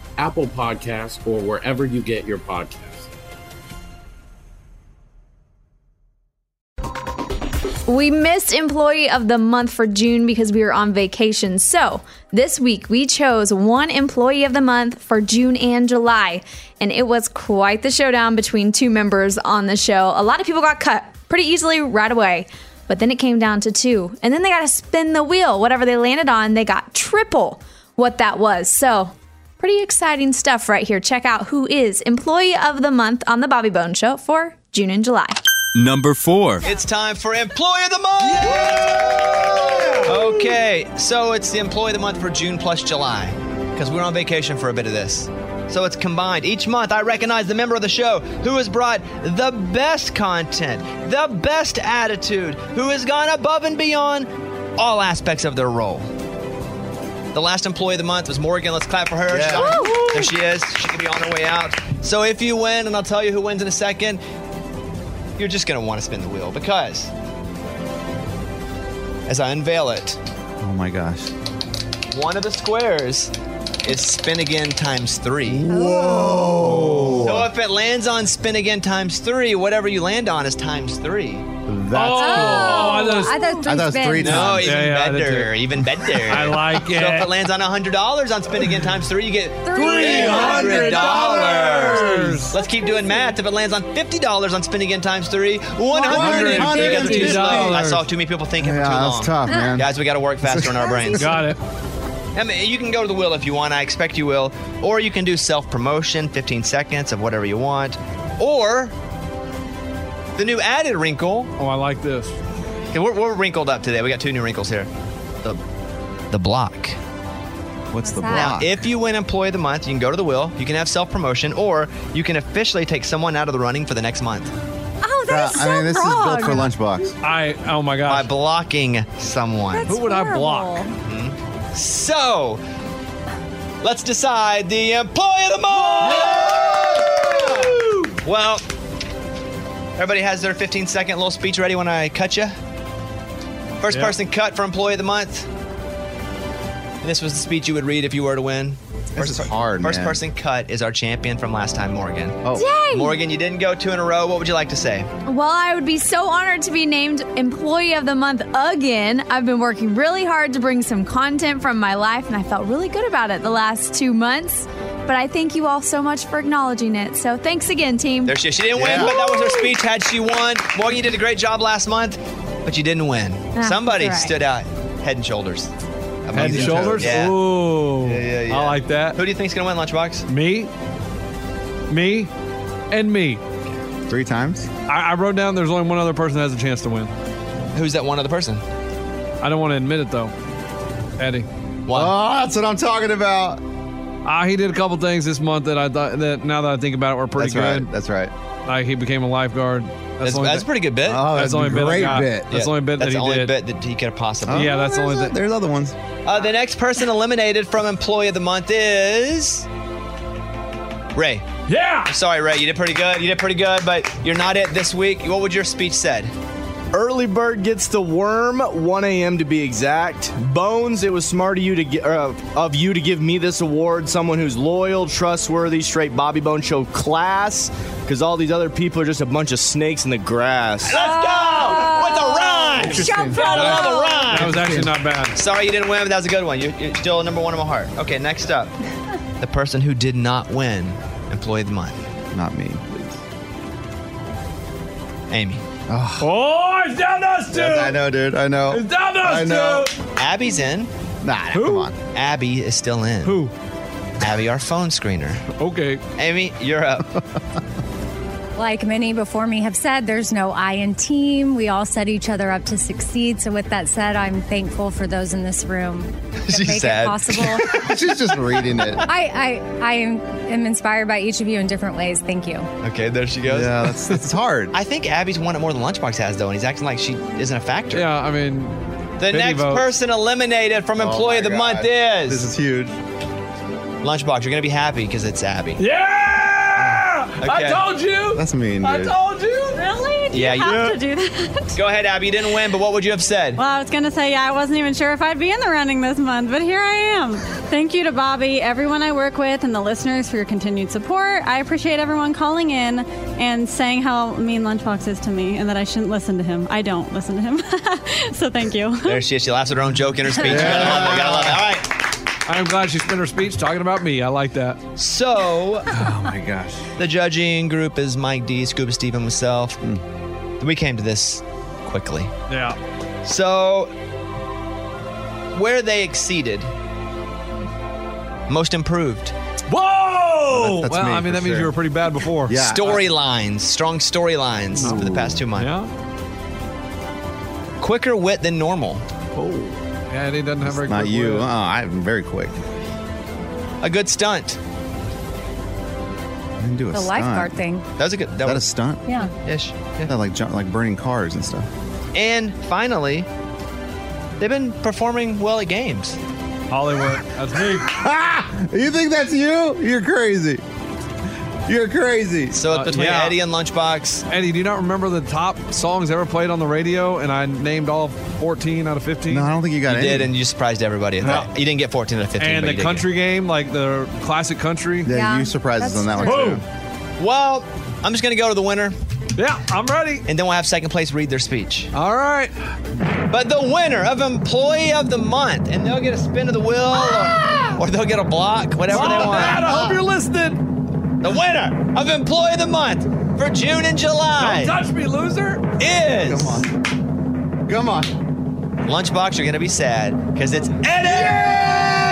L: Apple Podcasts, or wherever you get your podcasts.
B: We missed Employee of the Month for June because we were on vacation. So this week we chose one Employee of the Month for June and July. And it was quite the showdown between two members on the show. A lot of people got cut pretty easily right away. But then it came down to two. And then they got to spin the wheel. Whatever they landed on, they got triple what that was. So pretty exciting stuff right here. Check out who is Employee of the Month on The Bobby Bone Show for June and July.
A: Number four.
C: It's time for Employee of the Month! Okay, so it's the Employee of the Month for June plus July because we were on vacation for a bit of this. So it's combined. Each month, I recognize the member of the show who has brought the best content, the best attitude, who has gone above and beyond all aspects of their role. The last Employee of the Month was Morgan. Let's clap for her.
F: Yeah.
C: She's on- There she is. She could be on her way out. So if you win, and I'll tell you who wins in a second, you're just going to want to spin the wheel because as I unveil it,
D: Oh my gosh.
C: one of the squares is spin again times three.
D: Whoa.
C: So if it lands on spin again times three, whatever you land on is times three.
D: That's cool.
I: I Oh, thought it was- I thought it was three I thought it was spins. three
C: No,
I: times.
C: even
I: Yeah, yeah, I did
C: better.
I: too.
C: Even better.
I: I like
C: So
I: it.
C: if it lands on hundred dollars on spin again times three, you get three hundred
I: $300.
C: dollars. Let's keep doing math. If it lands on fifty dollars on spin again times three, one hundred
D: $150.
C: I saw too many people thinking for too
D: Yeah,
C: long.
D: that's tough, man.
C: Guys, we got to work faster on our brains.
D: Got
C: it. I mean, you can go to the wheel if you want. I expect you will. Or you can do self promotion, 15 seconds of whatever you want. Or the new added wrinkle. Oh, I like this. we're, we're wrinkled up today. We got two new wrinkles here. The, the block.
D: What's the
C: block? Now, if you win Employee of the Month, you can go to the wheel, you can have self promotion, or you can officially take someone out of the running for the next month.
I: Oh, that's so wrong.
C: Lunchbox. I oh my god. By blocking someone.
I: That's horrible.
C: So, let's decide the employee of the month. Well, everybody has their 15 second little speech ready when I cut you. First
F: Yeah.
C: person cut for employee of the month. And this was the speech you would read if you were to win. First, per-
D: hard,
C: first
D: man.
C: person cut is our champion from last time, Morgan. Oh,
B: Dang.
C: Morgan, you didn't go two in a row. What would you like to say?
B: Well, I would be so honored to be named Employee of the Month again. I've been working really hard to bring some content from my life, and I felt really good about it the last two months. But I thank you all so much for acknowledging it. So thanks again, team.
C: There she is. She didn't win, but that was her speech. Had she won, Morgan, you did a great job last month, but you didn't win.
B: Ah,
C: Somebody
B: that's all right.
C: stood out, head and shoulders. among
E: Head and
C: the
E: shoulders?
C: toes. Yeah.
E: Ooh.
C: Yeah, yeah, yeah.
E: I like that.
C: Who do you think's gonna win, Lunchbox?
E: Me, me, and me.
D: Three times.
E: I, I wrote down. There's only one other person that has a chance to win.
C: Who's that one other person?
E: I don't want to admit it though. Eddie.
D: Oh, that's what I'm talking about.
E: Ah, he did a couple things this month that I thought that now that I think about it, were pretty
D: That's right,
E: good.
D: That's right.
E: Like he became a lifeguard. That's,
C: That's, that's a pretty good bit.
E: Oh, that's, the only bit. I got. That's
C: Yeah,
E: the only bit
C: that's
E: that he
C: the only
E: did.
C: bit that he could have possibly.
E: yeah, that's the only thing.
D: There's other ones.
C: Uh, the next person eliminated from Employee of the Month is Ray.
E: Yeah.
C: sorry, Ray. You did pretty good. You did pretty good, but you're not it this week. What would your speech said?
F: Early bird gets the worm. 1 a.m. to be exact. Bones, it was smart of you to gi- uh, of you to give me this award. Someone who's loyal, trustworthy, straight Bobby Bone Show class. Because all these other people are just a bunch of snakes in the grass.
C: Let's go with the rhyme.
F: Interesting.
C: I love a rhyme.
E: That was actually not bad.
C: Sorry you didn't win, but that was a good one. You're, you're still number one in my heart. Okay, next up, the person who did not win employee of the month.
D: Not me, please.
C: Amy.
D: Oh,
E: it's down us two. I
D: know, dude. I know.
E: It's down us
D: I know.
C: Abby's in.
D: Nah, come on.
C: Abby is still in.
E: Who?
C: Abby, our phone screener.
E: Okay.
C: Amy, you're up.
I: Like many before me have said, there's no I in team. We all set each other up to succeed. So, with that said, I'm thankful for those in this room that
D: She's
I: make
D: sad.
I: it possible.
D: She's just reading it.
I: I, I, I am, am inspired by each of you in different ways. Thank you.
C: Okay, there she goes.
D: Yeah, that's, that's hard.
C: I think Abby's won it more than Lunchbox has, though, and he's acting like she isn't a factor.
E: Yeah, I mean,
C: the
E: pity
C: next
E: votes.
C: person eliminated from Employee of the Month is
D: Oh This is huge.
C: Lunchbox. You're gonna be happy because it's Abby.
E: Yeah.
D: Okay.
M: I told you.
D: That's mean,
M: I
D: dude.
M: told you.
N: Really? Do
C: Yeah,
N: you
C: you-
N: have to do that?
C: Go ahead, Abby. You didn't win, but what would you have said?
N: Well, I was going to say, yeah, I wasn't even sure if I'd be in the running this month, but here I am. Thank you to Bobby, everyone I work with, and the listeners for your continued support. I appreciate everyone calling in and saying how mean Lunchbox is to me and that I shouldn't listen to him. I don't listen to him. so thank you.
C: There she is. She laughs at her own joke in her speech. You gotta love it. Gotta love it. All right.
E: I'm glad she spent her speech talking about me. I like that.
C: So,
E: oh my gosh.
C: The judging group is Mike D, Scuba Steve, and myself.
D: Hmm.
C: We came to this quickly.
E: Yeah.
C: So, where they exceeded, most improved.
E: Whoa! Oh!
C: That's
E: well,
C: me,
E: I mean,
C: for
E: that means you
C: sure.
E: were pretty bad before.
C: storylines, strong storylines for the past two months. Quicker wit than normal.
E: Oh. Yeah, and he doesn't have very
D: Not
E: quick
D: you.
E: wit.
D: Uh, I'm very quick.
C: A good stunt.
D: I didn't do a
I: The
D: stunt.
I: lifeguard thing. That
C: was a good.
D: That, that a stunt?
I: Yeah.
C: Yes.
D: Yeah, like jump, like burning cars and stuff.
C: And finally, they've been performing well at games.
E: Hollywood. That's me.
D: Ah! You think that's you? You're crazy. You're crazy.
C: So between Eddie and Lunchbox.
E: Uh, Eddie, do you not remember the top songs ever played on the radio? And I named all 14 out of 15.
C: No, I don't
D: think you
C: You did, and you surprised everybody. at that. You didn't get 14 out of 15.
E: and
C: but
E: the
C: you did
E: country game, like the classic country.
C: Yeah, Yeah, you surprised us that's on that one, true. too. get- Well, I'm just going to go to the winner.
E: Yeah, I'm ready.
C: And then we'll have second place read their speech.
E: All right.
C: But the winner of Employee of the Month, and they'll get a spin of the wheel, or, or they'll get a block, whatever
E: Mom
C: they
E: and
C: want.
E: Dad, I hope you're listening.
C: The winner of Employee of the Month for June and July.
E: Don't touch me, loser.
C: Is.
D: Come
C: on.
D: Come on.
C: Lunchbox, you're going to be sad because it's Eddie.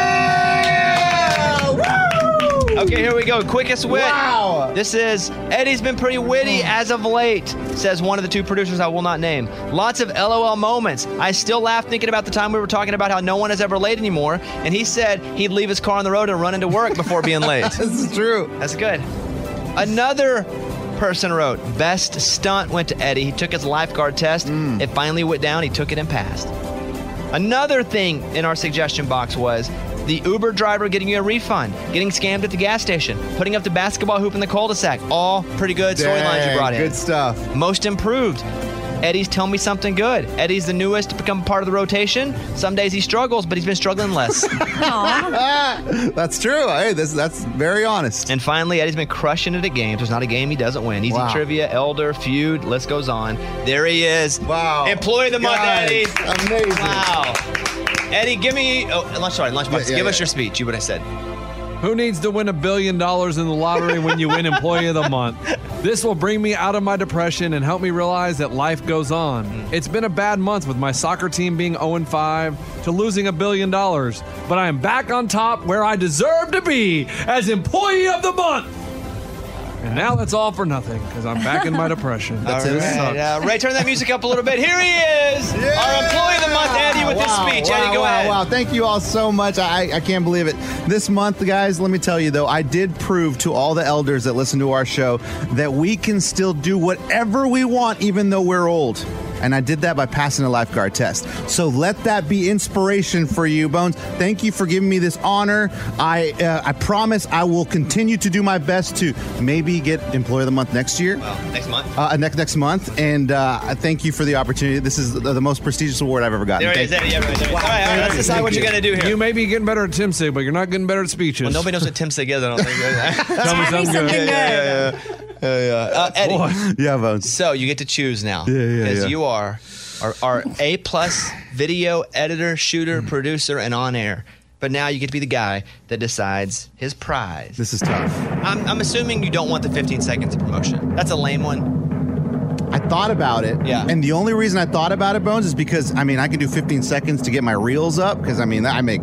C: Okay, here we go. Quickest wit. Wow. This is Eddie's been pretty
D: Hmm.
C: witty as of late, says one of the two producers I will not name. Lots of LOL moments. I still laugh thinking about the time we were talking about how no one is ever late anymore, and he said he'd leave his car on the road and run into work before being late. this
D: is true.
C: That's good. Another person wrote, best stunt went to Eddie. He took his lifeguard test.
D: Mm.
C: It finally went down. He took it and passed. Another thing in our suggestion box was the Uber driver getting you a refund, getting scammed at the gas station, putting up the basketball hoop in the cul-de-sac. All pretty good storylines
D: Dang,
C: you brought in.
D: good
C: stuff. Most improved. Eddie's tell me something good. Eddie's the newest to become part of the rotation. Some days he struggles, but he's been struggling less.
D: that's true. Hey, this that's very honest.
C: And finally, Eddie's been crushing it at games. There's not a game he doesn't win. Easy
D: Wow.
C: trivia, elder, feud, list goes on. There he is. Wow. Employee of the month,
D: Guys,
C: Eddie.
D: Amazing.
C: Wow. Eddie, give me. Oh, lunch, sorry, lunchbox.
E: Yeah, yeah,
C: give us
E: yeah.
C: your speech. You would have said.
E: Who needs to win a billion dollars in the lottery when you win Employee of the Month? This will bring me out of my depression and help me realize that life goes on. It's been a bad month with my soccer team being 0 5 to losing a billion dollars, but I am back on top where I deserve to be as Employee of the Month. And now that's all for nothing because I'm back in my depression.
C: That's it. Uh, Ray, turn that music up a little bit. Here he is, our employee of the month, Eddie, with
D: Wow,
C: his speech.
D: wow,
C: Eddie, go
D: wow,
C: ahead.
D: Wow, thank you all so much. I, I can't believe it. This month, guys, let me tell you though, I did prove to all the elders that listen to our show that we can still do whatever we want, even though we're old. And I did that by passing a lifeguard test. So let that be inspiration for you, Bones. Thank you for giving me this honor. I uh, I promise I will continue to do my best to maybe get Employee of the Month next year.
C: Next month.
D: Uh, next next month, and uh, I thank you for the opportunity. This is the, the most prestigious award I've ever gotten.
C: There it
D: Thank
C: is, Eddie. Yeah, right, there. All right, all right, let's decide what you're going to do here.
E: You may be getting better at Tim Sig, but you're not getting better at speeches. Well,
C: nobody knows what Tim Sig is, I don't think.
E: Tell me something good.
C: Yeah, yeah, yeah. yeah, yeah. Uh, Eddie.
D: Yeah, Bones.
C: So you get to choose now.
D: Yeah, yeah,
C: Because
D: yeah.
C: you are our, our A plus video editor, shooter,
D: Mm-hmm.
C: producer, and on air. But now you get to be the guy that decides his prize.
D: This is tough.
C: I'm, I'm assuming you don't want the 15 seconds of promotion. That's a lame one.
D: I thought about it. Yeah. And the only reason I thought about it, Bones, is because I mean I can do 15 seconds to get my reels up because I mean I make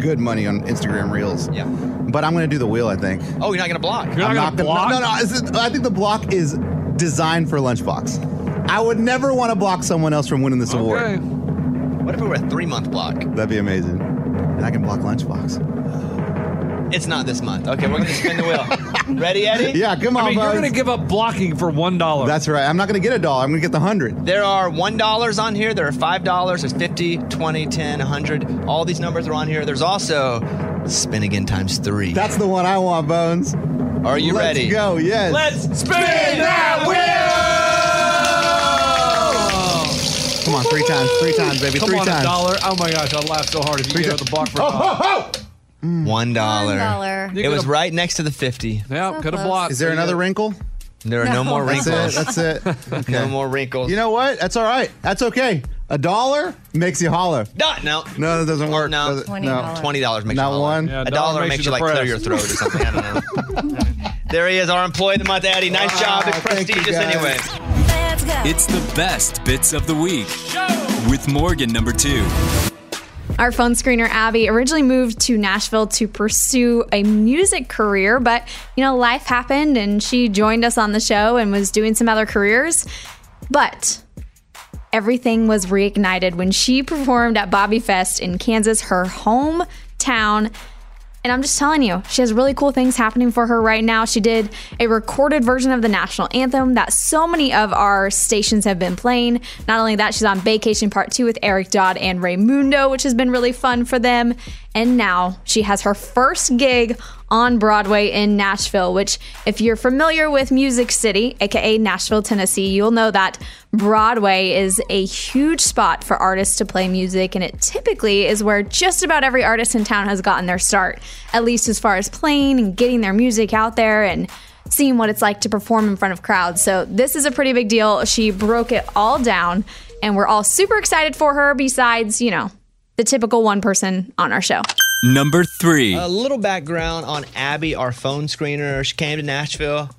D: good money on Instagram reels.
C: Yeah.
D: But I'm gonna do the wheel. I think.
C: Oh, you're not gonna block.
D: I'm not gonna- No, no. no this is- I think the block is designed for lunchbox. I would never want to block someone else from winning this award.
C: What if it were a three month block?
D: That'd be amazing. And I can block lunchbox.
C: It's not this month. Okay, we're gonna spin the wheel. Ready, Eddie?
D: Yeah, come on,
E: I mean, you're
D: Bones.
E: going to give up blocking for one dollar.
D: That's right. I'm not gonna get a dollar. I'm gonna get the hundred.
C: There are $1 on here. There are $5. There's 50, 20, 10, 100. All these numbers are on here. There's also spin again times three.
D: That's the one I want, Bones.
C: Are you
D: Let's
C: ready?
D: go, yes.
C: Let's spin that
D: wheel! Come on, three times, three times, baby,
E: Come
D: three
E: on,
D: times.
E: a dollar. Oh my gosh, I'd laugh so hard if you gave out the block for a dollar.
D: Mm.
C: One dollar.
E: dollar.
C: It was right next to the fifty.
E: Yeah, cut a block.
D: Is there another wrinkle?
C: There are no, more
D: That's
C: wrinkles.
D: it, That's it.
C: No more wrinkles.
D: You know what? That's all right. That's okay. A dollar makes you holler.
C: Not, no.
D: No, that doesn't work.
C: No.
D: does it? No.
C: Twenty dollars makes
D: Not
C: you
D: one?
C: A dollar makes you like clear your throat or something. I don't know. there he is, our employee of the month, Addy. Nice job. It's prestigious anyway.
A: It's the best bits of the week with Morgan number two.
B: Our phone screener Abby originally moved to Nashville to pursue a music career, but you know, life happened and she joined us on the show and was doing some other careers. But everything was reignited when she performed at Bobby Fest in Kansas, her hometown. And I'm just telling you, she has really cool things happening for her right now. She did a recorded version of the national anthem that so many of our stations have been playing. Not only that, she's on Vacation Part 2 with Eric Dodd and Raymundo, which has been really fun for them. And now she has her first gig on Broadway in Nashville, which, if you're familiar with Music City, aka Nashville, Tennessee, you'll know that Broadway is a huge spot for artists to play music, and it typically is where just about every artist in town has gotten their start, at least as far as playing and getting their music out there and seeing what it's like to perform in front of crowds. So, this is a pretty big deal. She broke it all down, and we're all super excited for her, besides, you know, the typical one person on our show.
A: Number three.
C: A little background on Abby, our phone screener. She came to Nashville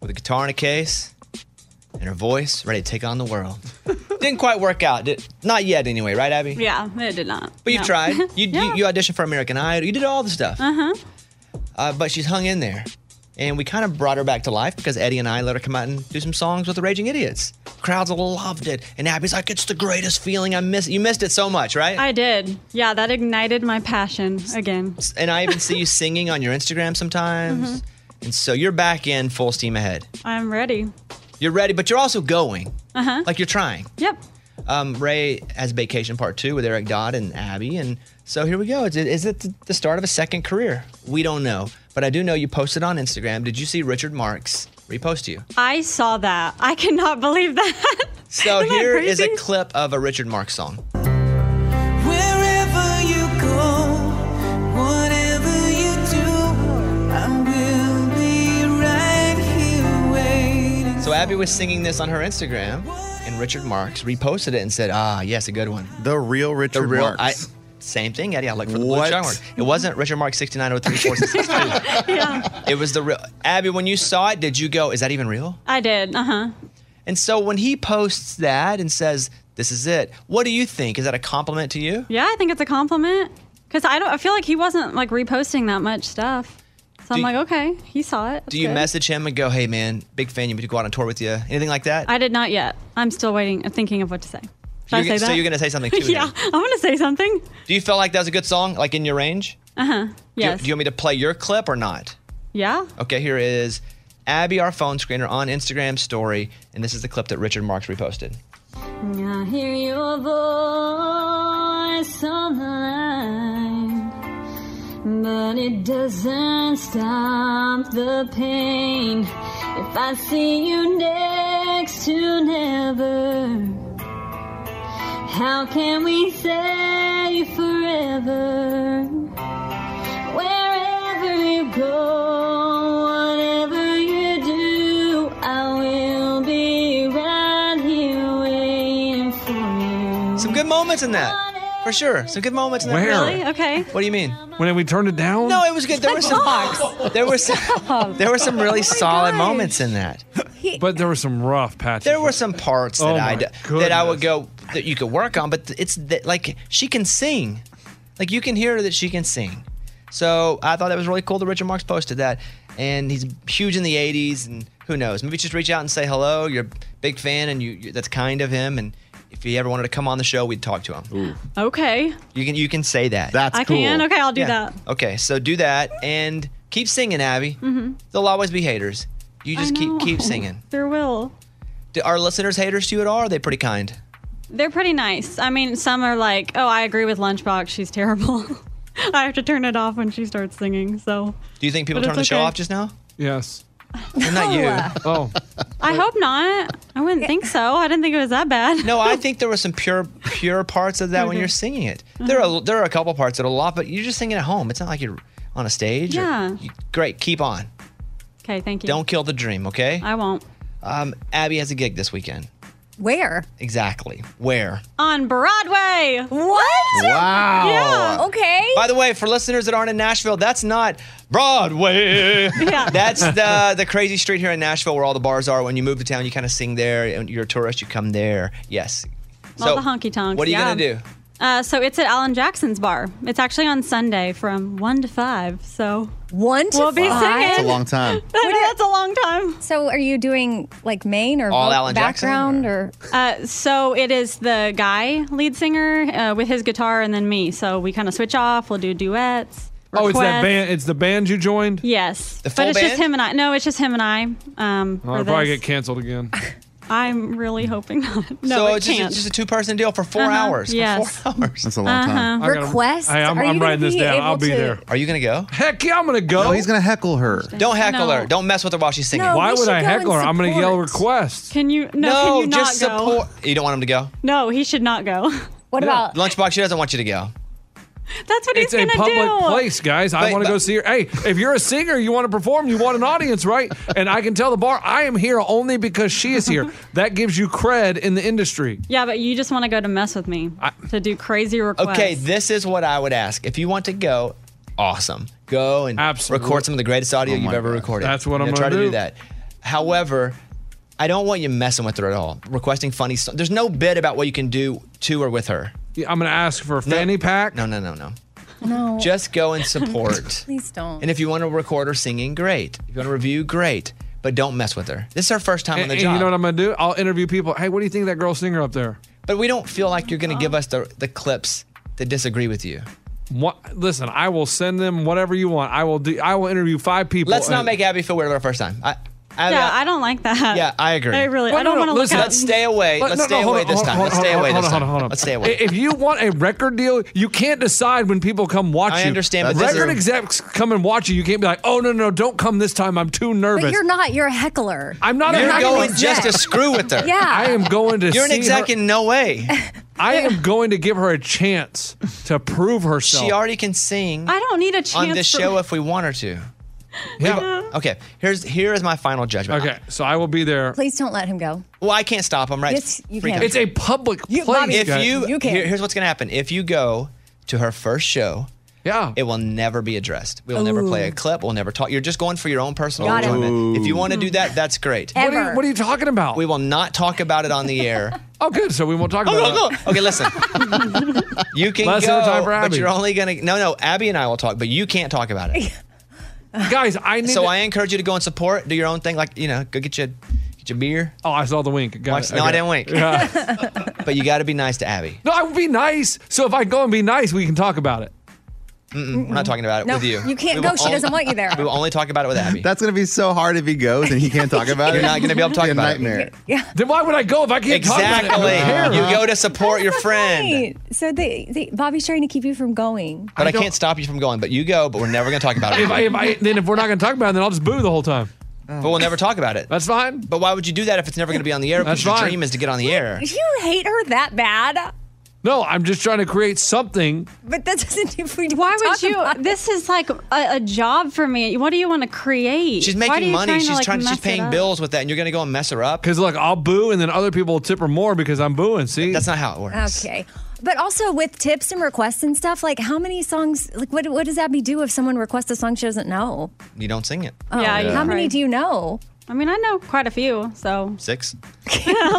C: with a guitar in a case and her voice ready to take on the world. Didn't quite work out. Did, not yet, anyway, right, Abby?
N: Yeah, it did not.
C: But you
N: No.
C: tried. You, you you auditioned for American Idol. You did all the stuff.
N: Uh-huh.
C: Uh, but she's hung in there. And we kind of brought her back to life because Eddie and I let her come out and do some songs with the Raging Idiots. Crowds loved it. And Abby's like, it's the greatest feeling. I miss You missed it so much, right?
N: I did. Yeah, that ignited my passion again.
C: and I even see you singing on your Instagram sometimes.
N: Mhm.
C: And so you're back in full steam ahead.
N: I'm ready.
C: You're ready, but you're also going.
N: Uh huh.
C: Like you're trying.
N: Yep.
C: Um, Ray has Vacation Part 2 with Eric Dodd and Abby. And so here we go. Is it, is it th- the start of a second career? We don't know. But I do know you posted on Instagram. Did you see Richard Marks repost you?
N: I saw that. I cannot believe that.
C: So
N: Isn't that
C: here is a
N: crazy?
C: clip of a Richard Marks song.
H: Wherever you go, whatever you do, I will be right here waiting.
C: So Abby was singing this on her Instagram, and Richard Marks reposted it and said, "Ah, yes, a good one."
D: The real Richard Marx.
C: I, same thing, Eddie. I look for the
D: What?
C: blue check mark. It wasn't Richard Marks sixty nine oh three four six six two. It was the real Abby. When you saw it, did you go? Is that even real?
N: I did. Uh huh.
C: And so when he posts that and says, "This is it," what do you think? Is that a compliment to you?
N: Yeah, I think it's a compliment because I don't. I feel like he wasn't like reposting that much stuff. So I'm
C: Do-
N: like, okay, he saw it. That's
C: Do you
N: good.
C: message him and go, "Hey, man, big fan. You want me to go out on tour with you?" Anything like that?
N: I did not yet. I'm still waiting, thinking of what to say. Should I
C: You're
N: say
C: gonna-
N: that?
C: So you're gonna say something to him?
N: yeah, I'm gonna say something.
C: Do you feel like that was a good song, like in your range?
N: Uh huh.
C: Do you-
N: Yes.
C: do you want me to play your clip or not?
N: yeah.
C: Okay, here is Abby, our phone screener, on Instagram story, and this is the clip that Richard Marks reposted.
H: I hear your voice on the line, but it doesn't stop the pain. If I see you next to never, how can we say forever? Wherever you go, whatever you do, I will be right here waiting for you.
C: Some good moments in that, for sure. Some good moments in that.
E: Where? Really?
N: Okay.
C: What do you mean?
E: When we turned it down?
C: No, it was good. There were some
E: Fox.
C: There were some. There were some really solid moments in that.
E: But there were some rough patches.
C: There were some parts that
E: Oh my
C: I d- that I would go that you could work on, but th- it's that like she can sing, like you can hear that she can sing. So I thought that was really cool that Richard Marks posted that, and he's huge in the '80s, and who knows? Maybe just reach out and say hello. You're a big fan, and you, you that's kind of him. And if he ever wanted to come on the show, we'd talk to him.
N: Okay.
C: You can you can say that. That's
N: I can? cool. Okay, I'll do that.
C: Okay, so do that and keep singing, Abby.
N: Mm-hmm.
C: There'll always be haters. You just keep keep singing.
N: There will.
C: Do, are listeners haters to you at all? Or are they pretty kind?
N: They're pretty nice. I mean, some are like, "Oh, I agree with Lunchbox. She's terrible. I have to turn it off when she starts singing." So
C: Do you think people
N: But
C: turn the
N: it's
C: show
N: okay.
C: off just now?
E: Yes.
C: not you.
E: Oh.
N: I hope not. I wouldn't think so. I didn't think it was that bad.
C: No, I think there were some pure pure parts of that when
N: Mhm.
C: you're singing it. There are there are a couple parts that are a lot, but you're just singing at home. It's not like you're on a stage. or-
N: Yeah.
C: great, keep on.
N: Okay, thank you.
C: Don't kill the dream, okay?
N: I won't.
C: Um, Abby has a gig this weekend.
I: Where?
C: Exactly. Where?
N: On Broadway.
I: What?
C: Wow.
I: Yeah. Okay.
C: By the way, for listeners that aren't in Nashville, that's not Broadway.
N: Yeah.
C: That's the the crazy street here in Nashville where all the bars are. When you move to town, you kind of sing there. And you're a tourist, you come there. Yes.
N: All the honky tonks.
C: What are you
N: yeah.
C: gonna do?
N: Uh, so it's at Alan Jackson's bar. It's actually on Sunday from one to five. So
I: one to
N: we'll be
I: five?
N: singing.
D: It's a long time.
N: That's a long time.
I: So are you doing like main or
D: All
I: voc-
D: Alan Jackson,
I: background or?
N: Uh, so it is the guy lead singer uh, with his guitar, and then me. So we kind of switch off. We'll do duets.
E: Oh, it's that
N: requests.
E: band. It's the band you joined.
N: Yes,
E: The
N: but
E: full
N: it's just
E: band?
N: him and I. No, it's just him and I. Um,
E: Oh,
N: for
E: I'll probably
N: this.
E: get canceled again.
N: I'm really hoping not. No,
C: so
N: it
C: it's just,
N: can't.
C: it's just a two person deal for 4
N: Uh-huh.
C: hours. for
N: Yes.
C: four hours.
D: That's
N: a long time. Uh-huh.
C: I gotta-
N: Requests?
E: Hey, I'm- Are I'm you gonna writing this be down. I'll able be to- there.
C: Are you gonna go?
E: Heck yeah, I'm gonna go.
D: No, he's gonna heckle her.
C: Don't heckle
D: No.
C: her. Don't mess with her while she's singing.
N: No,
E: Why we would should I go heckle and her? I'm gonna yell support.
C: request.
N: Can you? No, can you
C: just
N: not go?
C: support. You don't want him to go.
N: No, he should not go. What
C: Lunchbox? She doesn't want you to go.
N: That's what
E: It's
N: he's
E: a
N: gonna
E: public
N: do.
E: place, guys. I
C: But-
E: want to go see her. Hey, if you're a singer, you want to perform, you want an audience, right? And I can tell the bar, I am here only because she is here. That gives you cred in the industry.
N: Yeah, but you just want to go to mess with me to do crazy requests.
C: Okay, this is what I would ask. If you want to go, awesome. Go and record some of the greatest audio
E: Oh
C: you've
E: my
C: ever
E: God.
C: recorded.
E: That's what I'm
C: You know, try
E: gonna
C: to do
E: do.
C: that. However, I don't want you messing with her at all. Requesting funny. So- There's no bit about what you can do to or with her.
E: Yeah, I'm gonna ask for a fanny pack.
C: No, no, no, no.
I: No.
C: Just go and support.
I: Please don't.
C: And if you want to record her singing, great. If you want to review, great. But don't mess with her. This is her first time
E: And,
C: on the
E: and
C: job.
E: you know what I'm gonna do? I'll interview people. Hey, what do you think of that girl singer up there?
C: but we don't feel like you're going to give us the, the clips that disagree with you.
E: What? Listen, I will send them whatever you want. I will do. I will interview five people.
C: Let's not
E: and-
C: make Abby feel weird about her first time. I, I,
N: yeah, I don't like that.
C: yeah, I agree.
N: I really, I
E: Well, no,
N: don't
E: no,
N: want to look
E: listen,
N: at.
C: Let's stay away.
E: But
C: Let's
E: no,
C: stay
E: no, hold
C: away
E: on,
C: this
E: hold on,
C: time.
E: hold
C: Let's
E: on,
C: stay
E: hold
C: away
E: on,
C: this
E: hold on,
C: time.
E: hold on.
C: Let's stay away.
E: I- If you want a record deal, you can't decide when people come watch
C: I
E: you.
C: understand, but this
E: record
C: is-
E: execs come and watch you. You can't be like, oh no, no, don't come this time. I'm too nervous.
I: But you're not. You're a heckler.
E: I'm not.
I: You're
E: a
I: not an
E: going
I: exec. Yeah.
E: I am going to.
C: You're an
E: see
C: exec
E: her-
C: in no way.
E: I am going to give her a chance to prove herself.
C: She already can sing
N: I don't need a chance
C: on this
N: for-
C: show if we want her to.
E: Yeah.
C: Okay. Here's here is my final judgment.
E: Okay. So I will be there.
I: Please don't let him go.
C: Well, I can't stop him, right?
I: Yes, you
C: Free
I: can.
C: country.
I: It's a
E: public
I: place, Bobby,
C: if
I: guys.
C: you,
I: you can.
C: here- here's what's gonna happen. If you go to her first show,
E: yeah,
C: it will never be addressed. We will never play a
E: Ooh.
C: clip. We'll never talk. You're just going for your own personal
E: Got it.
C: enjoyment. If you
E: Ooh.
C: want to do that, that's great.
E: What are, you, what are you talking about?
C: We will not talk about it on the air.
E: Oh, good. So we won't talk about
C: Oh,
E: it.
C: no, no. Okay, listen. you can
E: Lesson
C: go,
E: of time for
C: but
E: Abby.
C: you're only gonna. No, no. Abby and I will talk, but you can't talk about it.
E: Guys, I need.
C: so
E: to-
C: I encourage you to go and support, do your own thing, like you know, go get your get your beer.
E: Oh, I saw the wink. Got
C: Watch,
E: it.
C: No, I
E: Okay.
C: didn't wink. but you got to be nice to Abby.
E: No, I would be nice. So if I go and be nice, we can talk about it.
C: Mm-mm, we're not talking about it
I: No,
C: with you.
I: you can't
C: We
I: go.
C: will
I: She
C: only-
I: doesn't want you there.
C: We will only talk about it with Abby.
D: That's gonna be so hard if he goes and he can't talk about
C: You're
D: it.
C: not gonna be able to talk
D: Be a
C: about it.
D: nightmare.
I: Yeah.
E: Then why would I go if I can't talk about it?
C: Exactly.
E: I don't care.
C: You go to support your friend,
I: Right. So they, they, Bobby's trying to keep you from going.
C: but I, can't stop you from going. But you go, but we're never gonna talk about it.
E: If I, if I, then if we're not going to talk about it, then I'll just boo the whole time.
C: but we'll never talk about it.
E: That's fine.
C: But why would you do that if it's never gonna be on the air?
E: That's
C: because your
E: fine.
C: dream is to get on the air.
I: You hate her that bad,
E: No, I'm just trying to create something.
I: but that doesn't. If we
N: Why would
I: talk
N: you?
I: about it.
N: This is like a, a job for me. What do you want to create?
C: She's
N: Why do
C: making
N: you
C: money. She's
N: like,
C: trying. She's
N: mess it
C: paying
N: up?
C: bills with that, and you're gonna go and mess her up.
E: Because look, I'll boo, and then other people will tip her more because I'm booing. See, that's
C: not how it works.
I: Okay. But also with tips and requests and stuff, like how many songs, like what, what does Abby do if someone requests a song she doesn't know?
C: You don't sing it.
I: Oh, How many do you know?
N: I mean, I know quite a few, so
C: Six.
N: a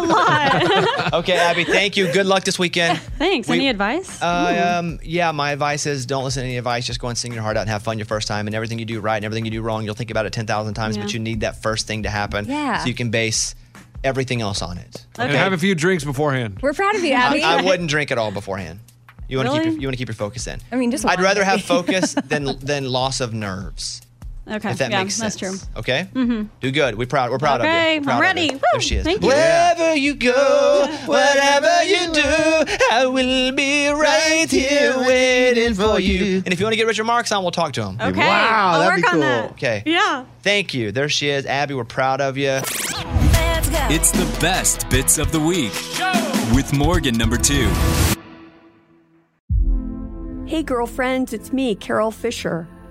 N: lot.
C: Okay, Abby. Thank you. Good luck this weekend.
N: Thanks.
C: We-
N: Any advice?
C: Uh, um, yeah, my advice is don't listen to any advice. Just go and sing your heart out and have fun your first time. And everything you do right and everything you do wrong, you'll think about it 10,000 times,
N: Yeah.
C: but you need that first thing to happen
I: Yeah.
C: so you can base everything else on it.
E: And have a few drinks beforehand.
I: We're proud of you, Abby.
C: I, I wouldn't drink at all beforehand. You want to
I: Really?
C: keep your, you want to keep your focus in.
I: I mean, just
C: I'd
I: one.
C: rather have focus than than loss of nerves.
N: Hmm. Okay,
C: If that
N: yeah,
C: makes sense.
N: that's true.
C: Okay?
N: Mm-hmm.
C: Do good. We proud. We're proud of
N: Okay,
C: you. We're proud
N: I'm
C: of
N: ready.
C: you.
N: Woo,
C: There she is.
N: thank you.
C: Wherever you go, whatever you do, I will be right here waiting for you. And if you want to get Richard Marks on, we'll talk to him.
N: Okay, Wow, I'll that'd be work on cool. that.
C: Okay.
N: Yeah.
C: Thank you. There she is. Abby, we're proud of you.
A: It's the best bits of the week with Morgan number two.
K: Hey, girlfriends, it's me, Carol Fisher.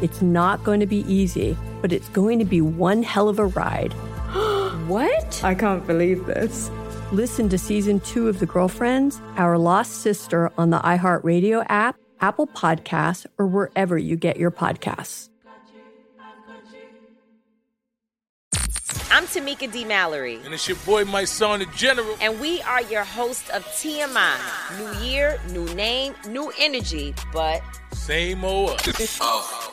K: It's not going to be easy, but it's going to be one hell of a ride. what? I can't believe this. Listen to season two of The Girlfriends, Our Lost Sister on the iHeartRadio app, Apple Podcasts, or wherever you get your podcasts.
O: I'm Tamika D. Mallory.
M: And it's your boy, my son, the General.
O: And we are your host of TMI. New year, new name, new energy, but
M: Same old us.
L: Oh,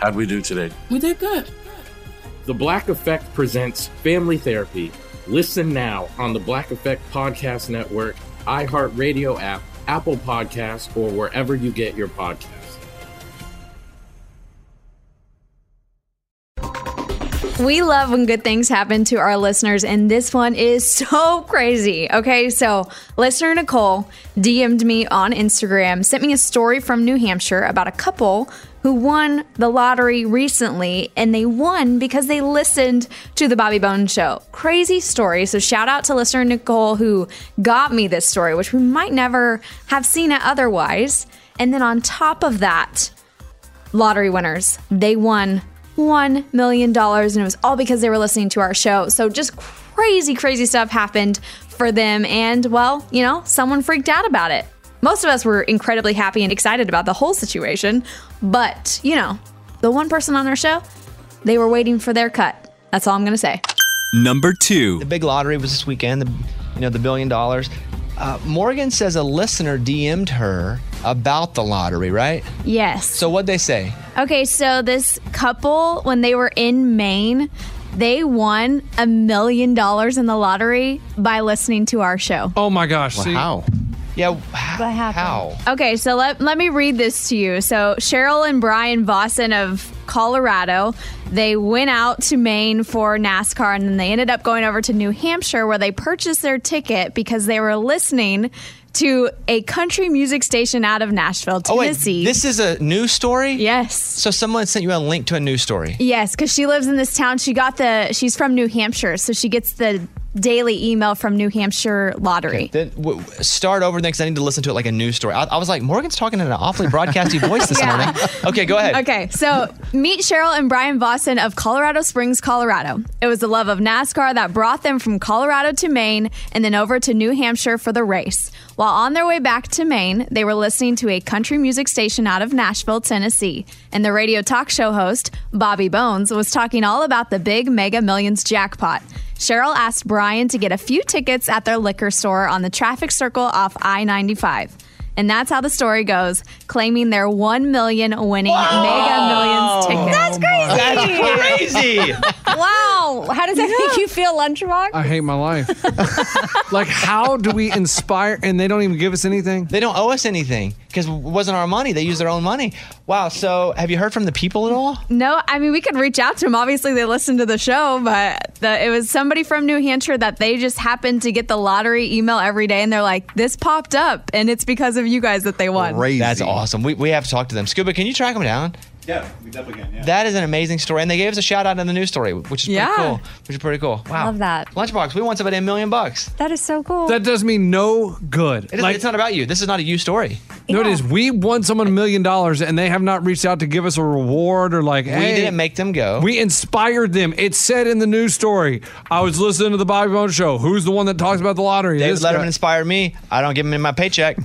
L: how'd we do today?
P: We did good.
L: The Black Effect presents Family Therapy. Listen now on the Black Effect Podcast Network, iHeartRadio app, Apple Podcasts, or wherever you get your podcasts.
B: We love when good things happen to our listeners, and this one is so crazy. Okay, so listener Nicole DM'd me on Instagram, sent me a story from New Hampshire about a couple who won the lottery recently, and they won because they listened to the Bobby Bone Show. Crazy story. So, shout out to listener Nicole who got me this story, which we might never have seen it otherwise. And then on top of that, lottery winners. They won $1 million, and it was all because they were listening to our show. So just crazy, crazy stuff happened for them. And well, you know, someone freaked out about it. Most of us were incredibly happy and excited about the whole situation. But, you know, the one person on our show, they were waiting for their cut. That's all I'm going to say.
A: Number two.
C: The big lottery was this weekend, the, you know, the billion dollars. Uh, Morgan says a listener DM'd her about the lottery, right?
B: Yes.
C: So what'd they say?
B: Okay, so this couple, when they were in Maine, they won a million dollars in the lottery by listening to our show.
E: Oh my Oh gosh. See,
C: Yeah, how?
B: Okay, so let, let me read this to you. So Cheryl and Brian Vossen of Colorado, they went out to Maine for NASCAR and then they ended up going over to New Hampshire where they purchased their ticket because they were listening to a country music station out of Nashville,
C: Oh wait,
B: Tennessee.
C: this is a news story.
B: Yes.
C: So someone sent you a link to a news story.
B: Yes, because she lives in this town. She got the. She's from New Hampshire, so she gets the daily email from New Hampshire Lottery.
C: Then w- w- start over next. I need to listen to it like a news story. I, I was like, Morgan's talking in an awfully broadcasty voice this
B: Yeah.
C: morning. Okay, go ahead.
B: Okay, so meet Cheryl and Brian Vossen of Colorado Springs, Colorado. It was the love of NASCAR that brought them from Colorado to Maine and then over to New Hampshire for the race. While on their way back to Maine, they were listening to a country music station out of Nashville, Tennessee, and the radio talk show host, Bobby Bones, was talking all about the big Mega Millions jackpot. Cheryl asked Brian to get a few tickets at their liquor store on the traffic circle off I 95. And that's how the story goes, claiming their 1 million winning Mega Millions ticket.
E: Oh
B: That's
C: crazy. That's crazy.
B: wow. How does that make you feel, Lunchbox?
E: I hate my life. like, how do we inspire? And they don't even give us anything.
C: They don't owe us anything because it wasn't our money. They used their own money. Wow. So have you heard from the people at all?
B: No, I mean, we could reach out to them. Obviously, they listened to the show, but the, it was somebody from New Hampshire that they just happened to get the lottery email every day. And they're like, this popped up. And it's because of you guys that they won.
C: That's awesome. We, we have to talk to them. Scuba, can you track them down?
J: Yeah, we definitely can. Yeah.
C: That is an amazing story. And they gave us a shout out in the news story, which is
B: Yeah.
C: pretty cool. Which is pretty cool. Wow.
I: Love that.
C: Lunchbox, we won somebody a million bucks.
I: That is so cool.
E: That does me no good.
C: It is, it's not about you. This is not a you story.
E: No, it is. We won someone a million dollars and they have not reached out to give us a reward or like,
C: We didn't make them go.
E: We inspired them. It said in the news story, I was listening to the Bobby Bones show. Who's the one that talks about the lottery?
C: They
E: This
C: let
E: guy.
C: them inspire me. I don't give them in my paycheck.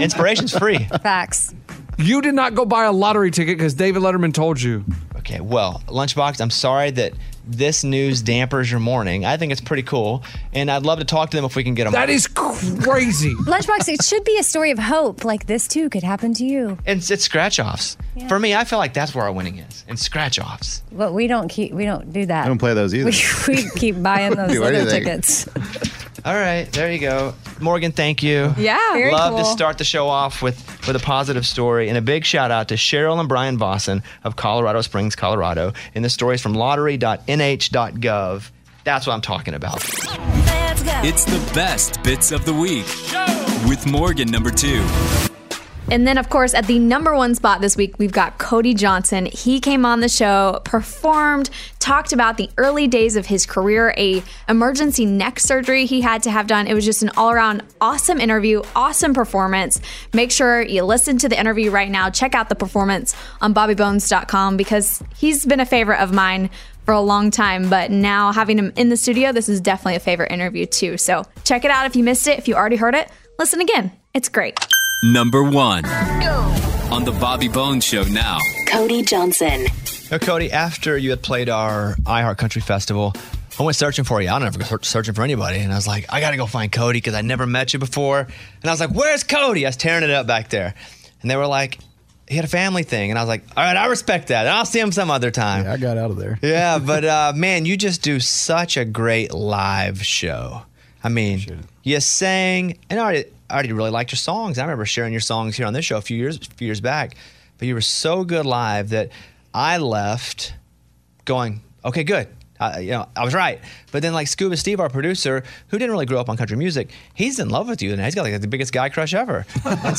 C: Inspiration's free.
I: Facts.
E: You did not go buy a lottery ticket because David Letterman told you.
C: Okay, well, Lunchbox, I'm sorry that this news dampers your morning. I think it's pretty cool, and I'd love to talk to them if we can get them.
E: That is crazy.
I: Lunchbox, it should be a story of hope. Like this too could happen to you.
C: It's, it's scratch offs. For me, I feel like that's where our winning is, in scratch offs.
I: But we don't keep we don't do that.
C: I don't play those either.
I: We, we keep buying those
C: Do
I: little
C: anything.
I: tickets.
C: All right, there you go. Morgan, thank you.
I: Yeah, very
C: Love to
I: cool.
C: start the show off with, with a positive story and a big shout out to Cheryl and Brian Vossen of Colorado Springs, Colorado. And the story is from lottery.nh.gov. That's what I'm talking about.
A: It's the best bits of the week with Morgan number two.
B: And then, of course, at the number one spot this week, we've got Cody Johnson. He came on the show, performed, talked about the early days of his career, a emergency neck surgery he had to have done. It was just an all around awesome interview, awesome performance. Make sure you listen to the interview right now. Check out the performance on BobbyBones.com because he's been a favorite of mine for a long time, but now having him in the studio, this is definitely a favorite interview too. So check it out if you missed it. If you already heard it, listen again. It's great.
A: Number one on the Bobby Bones Show now.
B: Cody Johnson.
C: Now, Cody, after you had played our iHeart Country Festival, I went searching for you. I don't ever go ser- searching for anybody. And I was like, I got to go find Cody because I never met you before. And I was like, where's Cody? I was tearing it up back there. And they were like, he had a family thing. And I was like, all right, I respect that. And I'll see him some other time. Yeah, I got out of there. yeah, but uh, man, you just do such a great live show. I mean, you sang, and I already, I already really liked your songs. I remember sharing your songs here on this show a few years, a few years back. But you were so good live that I left going, okay, good. I, you know, I was right. But then, like Scuba Steve, our producer, who didn't really grow up on country music, he's in love with you, and he's got like the biggest guy crush ever. And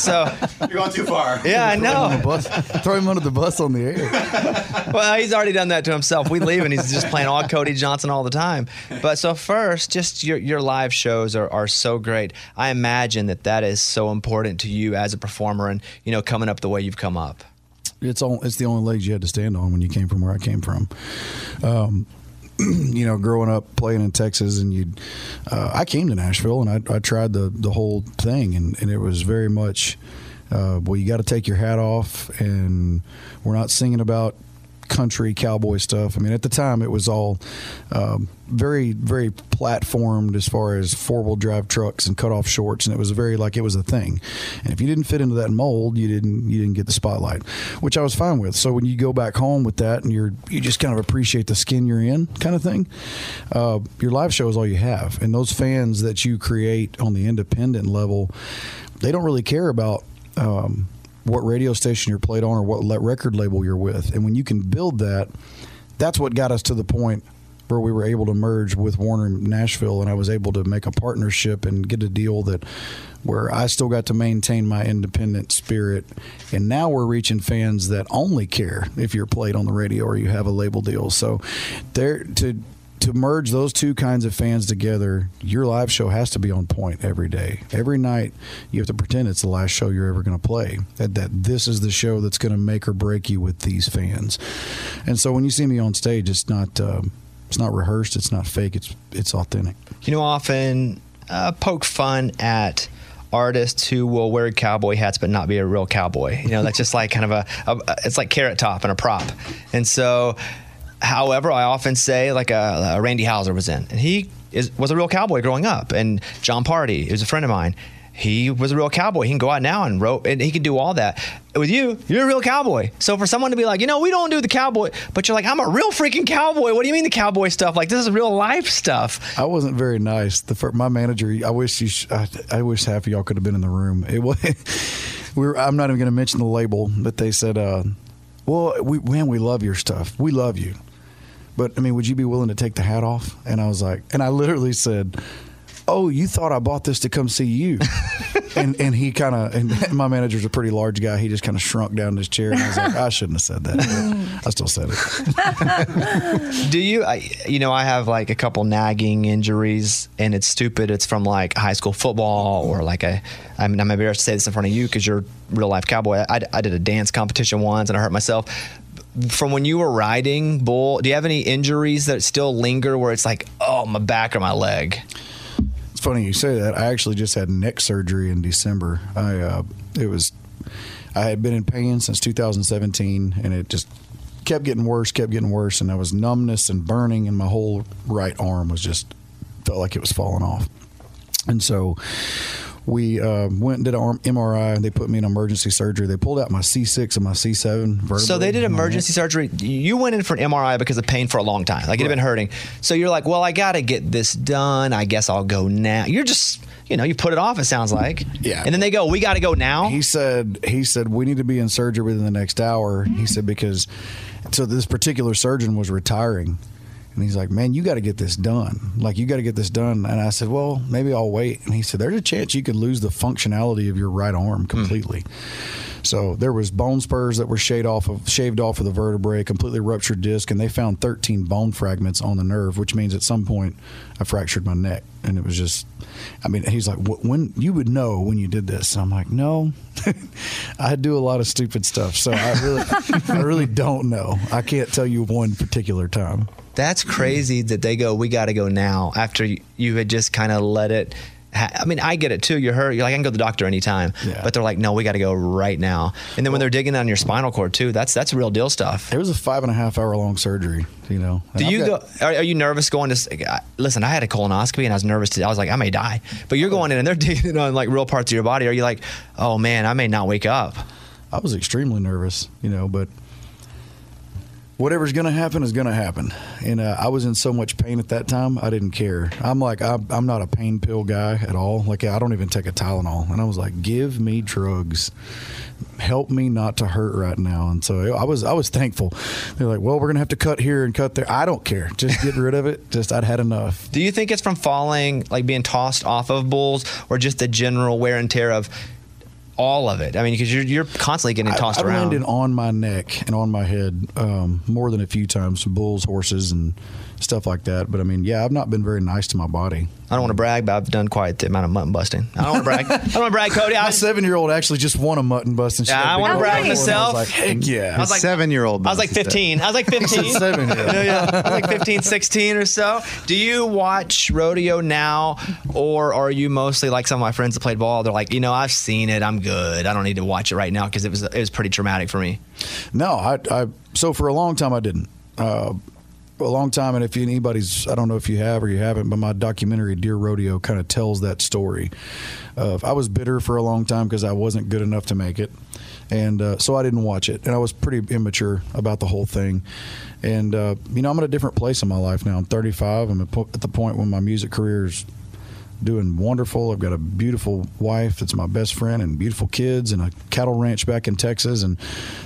C: so,
J: You're going too far.
C: yeah, I
J: Throw him on
C: know.
J: the bus.
C: Throw him under the bus on the air. well, he's already done that to himself. We leave, and he's just playing all Cody Johnson all the time. But so first, just your your live shows are, are so great. I imagine that that is so important to you as a performer, and you know, coming up the way you've come up.
J: It's all, it's the only legs you had to stand on when you came from where I came from. Um, you know, growing up playing in Texas, and you, uh, I came to Nashville and I, I tried the the whole thing, and, and it was very much, uh, well, you got to take your hat off, and we're not singing about country cowboy stuff. I mean, at the time, it was all um, very, very platformed as far as four wheel drive trucks and cut off shorts, and it was very like it was a thing. And if you didn't fit into that mold, you didn't you didn't get the spotlight, which I was fine with. So when you go back home with that, and you're you just kind of appreciate the skin you're in, kind of thing. Uh, your live show is all you have, and those fans that you create on the independent level they don't really care about um, what radio station you're played on or what le- record label you're with. And when you can build that, that's what got us to the point where we were able to merge with Warner Nashville, and I was able to make a partnership and get a deal that where I still got to maintain my independent spirit. And now we're reaching fans that only care if you're played on the radio or you have a label deal. So there to to merge those two kinds of fans together, your live show has to be on point every day. Every night, you have to pretend it's the last show you're ever going to play. That, that this is the show that's going to make or break you with these fans. And so when you see me on stage, it's not um, it's not rehearsed, it's not fake, it's it's authentic.
C: you know, often uh, poke fun at artists who will wear cowboy hats but not be a real cowboy. You know, that's just like kind of a, a it's like carrot top and a prop. And so, however, I often say like a, a Randy Houser was in, and he is, was a real cowboy growing up. And John Party, who's a friend of mine. He was a real cowboy. He can go out now and rope, and he can do all that. With you, you're a real cowboy. So for someone to be like, you know, we don't do the cowboy, but you're like, I'm a real freaking cowboy. What do you mean the cowboy stuff? Like this is real life stuff.
J: I wasn't very nice. The fir- my manager, I wish you, sh- I, I wish half of y'all could have been in the room. It was, we were, I'm not even going to mention the label, but they said, uh, "Well, we, man, we love your stuff. We love you, but I mean, would you be willing to take the hat off?" And I was like, and I literally said, "Oh, you thought I bought this to come see you?" and and he kind of, and my manager's a pretty large guy. He just kind of shrunk down in his chair, and I was like, "I shouldn't have said that." But I still said it.
C: do you I, you know i have like a couple nagging injuries and it's stupid it's from like high school football or like a i'm, I'm embarrassed to say this in front of you because you're a real life cowboy I, I did a dance competition once and i hurt myself from when you were riding bull do you have any injuries that still linger where it's like oh my back or my leg
J: It's funny you say that. I actually just had neck surgery in December. I uh, it was I had been in pain since 2017, and it just kept getting worse, kept getting worse, and I was numbness and burning, and my whole right arm was just felt like it was falling off. And so we uh, went and did an arm MRI. They put me in emergency surgery. They pulled out my C6 and my C7 vertebrae.
C: so they did
J: in my neck.
C: emergency surgery you went in for an mri because of pain for a long time like it had been hurting so you're like well i gotta get this done i guess i'll go now you're just you know you put it off it sounds like yeah and then they go we gotta go now
J: He said he said we need to be in surgery within the next hour. He said because so this particular surgeon was retiring. And he's like, man, you got to get this done. Like, you got to get this done. And I said, well, maybe I'll wait. And he said, there's a chance you could lose the functionality of your right arm completely. So there was bone spurs that were shaved off of shaved off of the vertebrae, completely ruptured disc, and they found 13 bone fragments on the nerve, which means at some point I fractured my neck, and it was just, I mean, he's like, "Wh- when you would know when you did this? And I'm like, no, I do a lot of stupid stuff, so I really, I really don't know. I can't tell you one particular time.
C: That's crazy that they go, we got to go now after you, you had just kind of let it. Ha- I mean, I get it too. You're hurt. You're like, I can go to the doctor anytime. But they're like, no, we got to go right now. And then when they're digging on your spinal cord too, that's that's real deal stuff.
J: It was a five and a half hour long surgery, you know. And
C: Do
J: I've
C: you
J: got-
C: go? Are, are you nervous going to? s- I- Listen, I had a colonoscopy and I was nervous. To, I was like, I may die. But
J: Oh.
C: you're going in and they're digging on like real parts of your body. Are you like, oh man, I may not wake up?
J: I was extremely nervous, you know, but whatever's going to happen is going to happen. And uh, I was in so much pain at that time, I didn't care. I'm like, I'm, I'm not a pain pill guy at all. Like, I don't even take a Tylenol. And I was like, give me drugs. Help me not to hurt right now. And so I was, I was thankful. They're like, well, we're going to have to cut here and cut there. I don't care. Just get rid of it. Just, I'd had enough.
C: Do you think it's from falling, like being tossed off of bulls, or just the general wear and tear of all of it? I mean, because you're you're constantly getting tossed
J: I've
C: around.
J: landed on my neck and on my head um, more than a few times, some bulls, horses, and stuff like that. But I mean, yeah, I've not been very nice to my body.
C: I don't want to brag, but I've done quite the amount of mutton busting. I don't want to brag. I don't want to brag, Cody.
J: my seven year old actually just won a mutton bust and
C: Yeah, I wanna brag myself.
J: I was like, heck yeah.
C: I was like-
J: Seven-year-old
C: I was like
J: bust, he
C: 15.
J: said.
C: I was like 15.
J: He said seven-year-old.
C: yeah, yeah. I was like 15, 16 or so. Do you watch rodeo now, or are you mostly like some of my friends that played ball? They're like, you know, I've seen it. I'm good. I don't need to watch it right now because it was it was pretty traumatic for me.
J: No, I, I so for a long time I didn't. Uh, a long time, and if anybody's, I don't know if you have or you haven't, but my documentary Deer Rodeo kind of tells that story. Of I was bitter for a long time because I wasn't good enough to make it, and uh, so I didn't watch it, and I was pretty immature about the whole thing. And uh, you know, I'm at a different place in my life now. I'm 35. I'm at po- at the point when my music career is doing wonderful. I've got a beautiful wife that's my best friend and beautiful kids and a cattle ranch back in Texas. And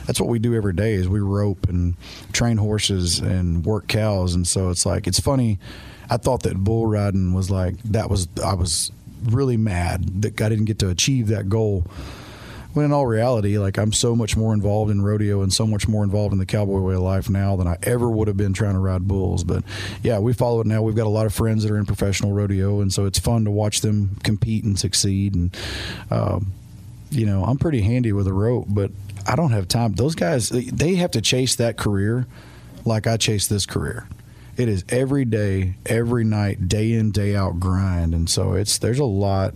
J: that's what we do every day is we rope and train horses and work cows. And so it's like, it's funny. I thought that bull riding was like, that was, I was really mad that I didn't get to achieve that goal. When in all reality, like I'm so much more involved in rodeo and so much more involved in the cowboy way of life now than I ever would have been trying to ride bulls. But yeah, we follow it now. We've got a lot of friends that are in professional rodeo, and so it's fun to watch them compete and succeed. And um, you know, I'm pretty handy with a rope, but I don't have time. Those guys, they- they have to chase that career like I chase this career. It is every day, every night, day in, day out grind, and so it's there's a lot.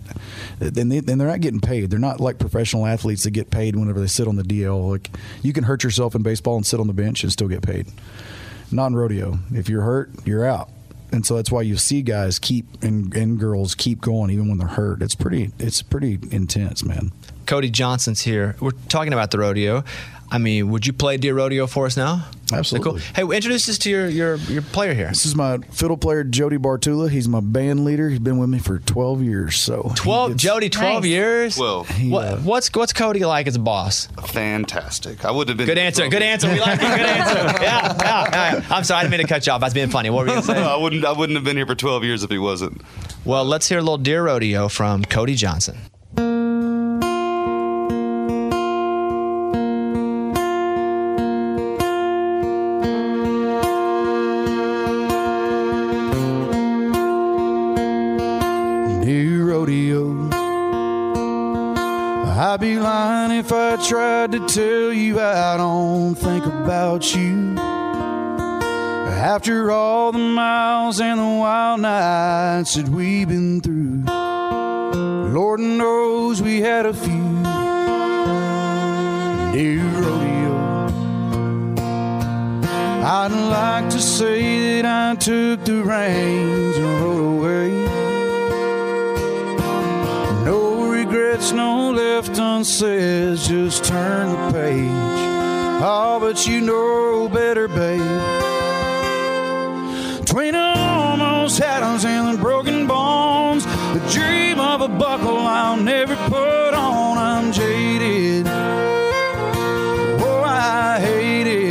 J: And, they, and they're not getting paid. They're not like professional athletes that get paid whenever they sit on the DL. Like you can hurt yourself in baseball and sit on the bench and still get paid. Not in rodeo. If you're hurt, you're out. And so that's why you see guys keep and, and girls keep going even when they're hurt. It's pretty it's pretty intense, man.
C: Cody Johnson's here. We're talking about the rodeo. I mean, would you play Dear Rodeo for us now? Cool.
J: Absolutely.
C: Hey, introduce us to your, your your player here.
J: This is my fiddle player Jody Bartula. He's my band leader. He's been with me for 12 years. So he
C: Twelve,
J: gets-
C: Jody. Twelve years.
G: Twelve.
C: What, what's what's Cody like as a boss?
G: Fantastic. I would have been
C: Good answer. Good answer. We like it. Good answer. Yeah. yeah. All right. I'm sorry. I didn't mean to cut you off. I was being funny. What were you going to say?
G: I wouldn't. I wouldn't have been here for 12 years if he wasn't.
C: Well, let's hear a little Deer Rodeo from Cody Johnson.
Q: Dear rodeo. I'd be lying if I tried to tell you I don't think about you. After all the miles and the wild nights that we've been through, Lord knows we had a few. Dear rodeo, I'd like to say that I took the reins and rode away. No regrets, no left unsaid, just turn the page. Oh, but you know better, babe. Between almost atoms and the broken bones, the dream of a buckle I'll never put on. I'm jaded. Oh, I hate it.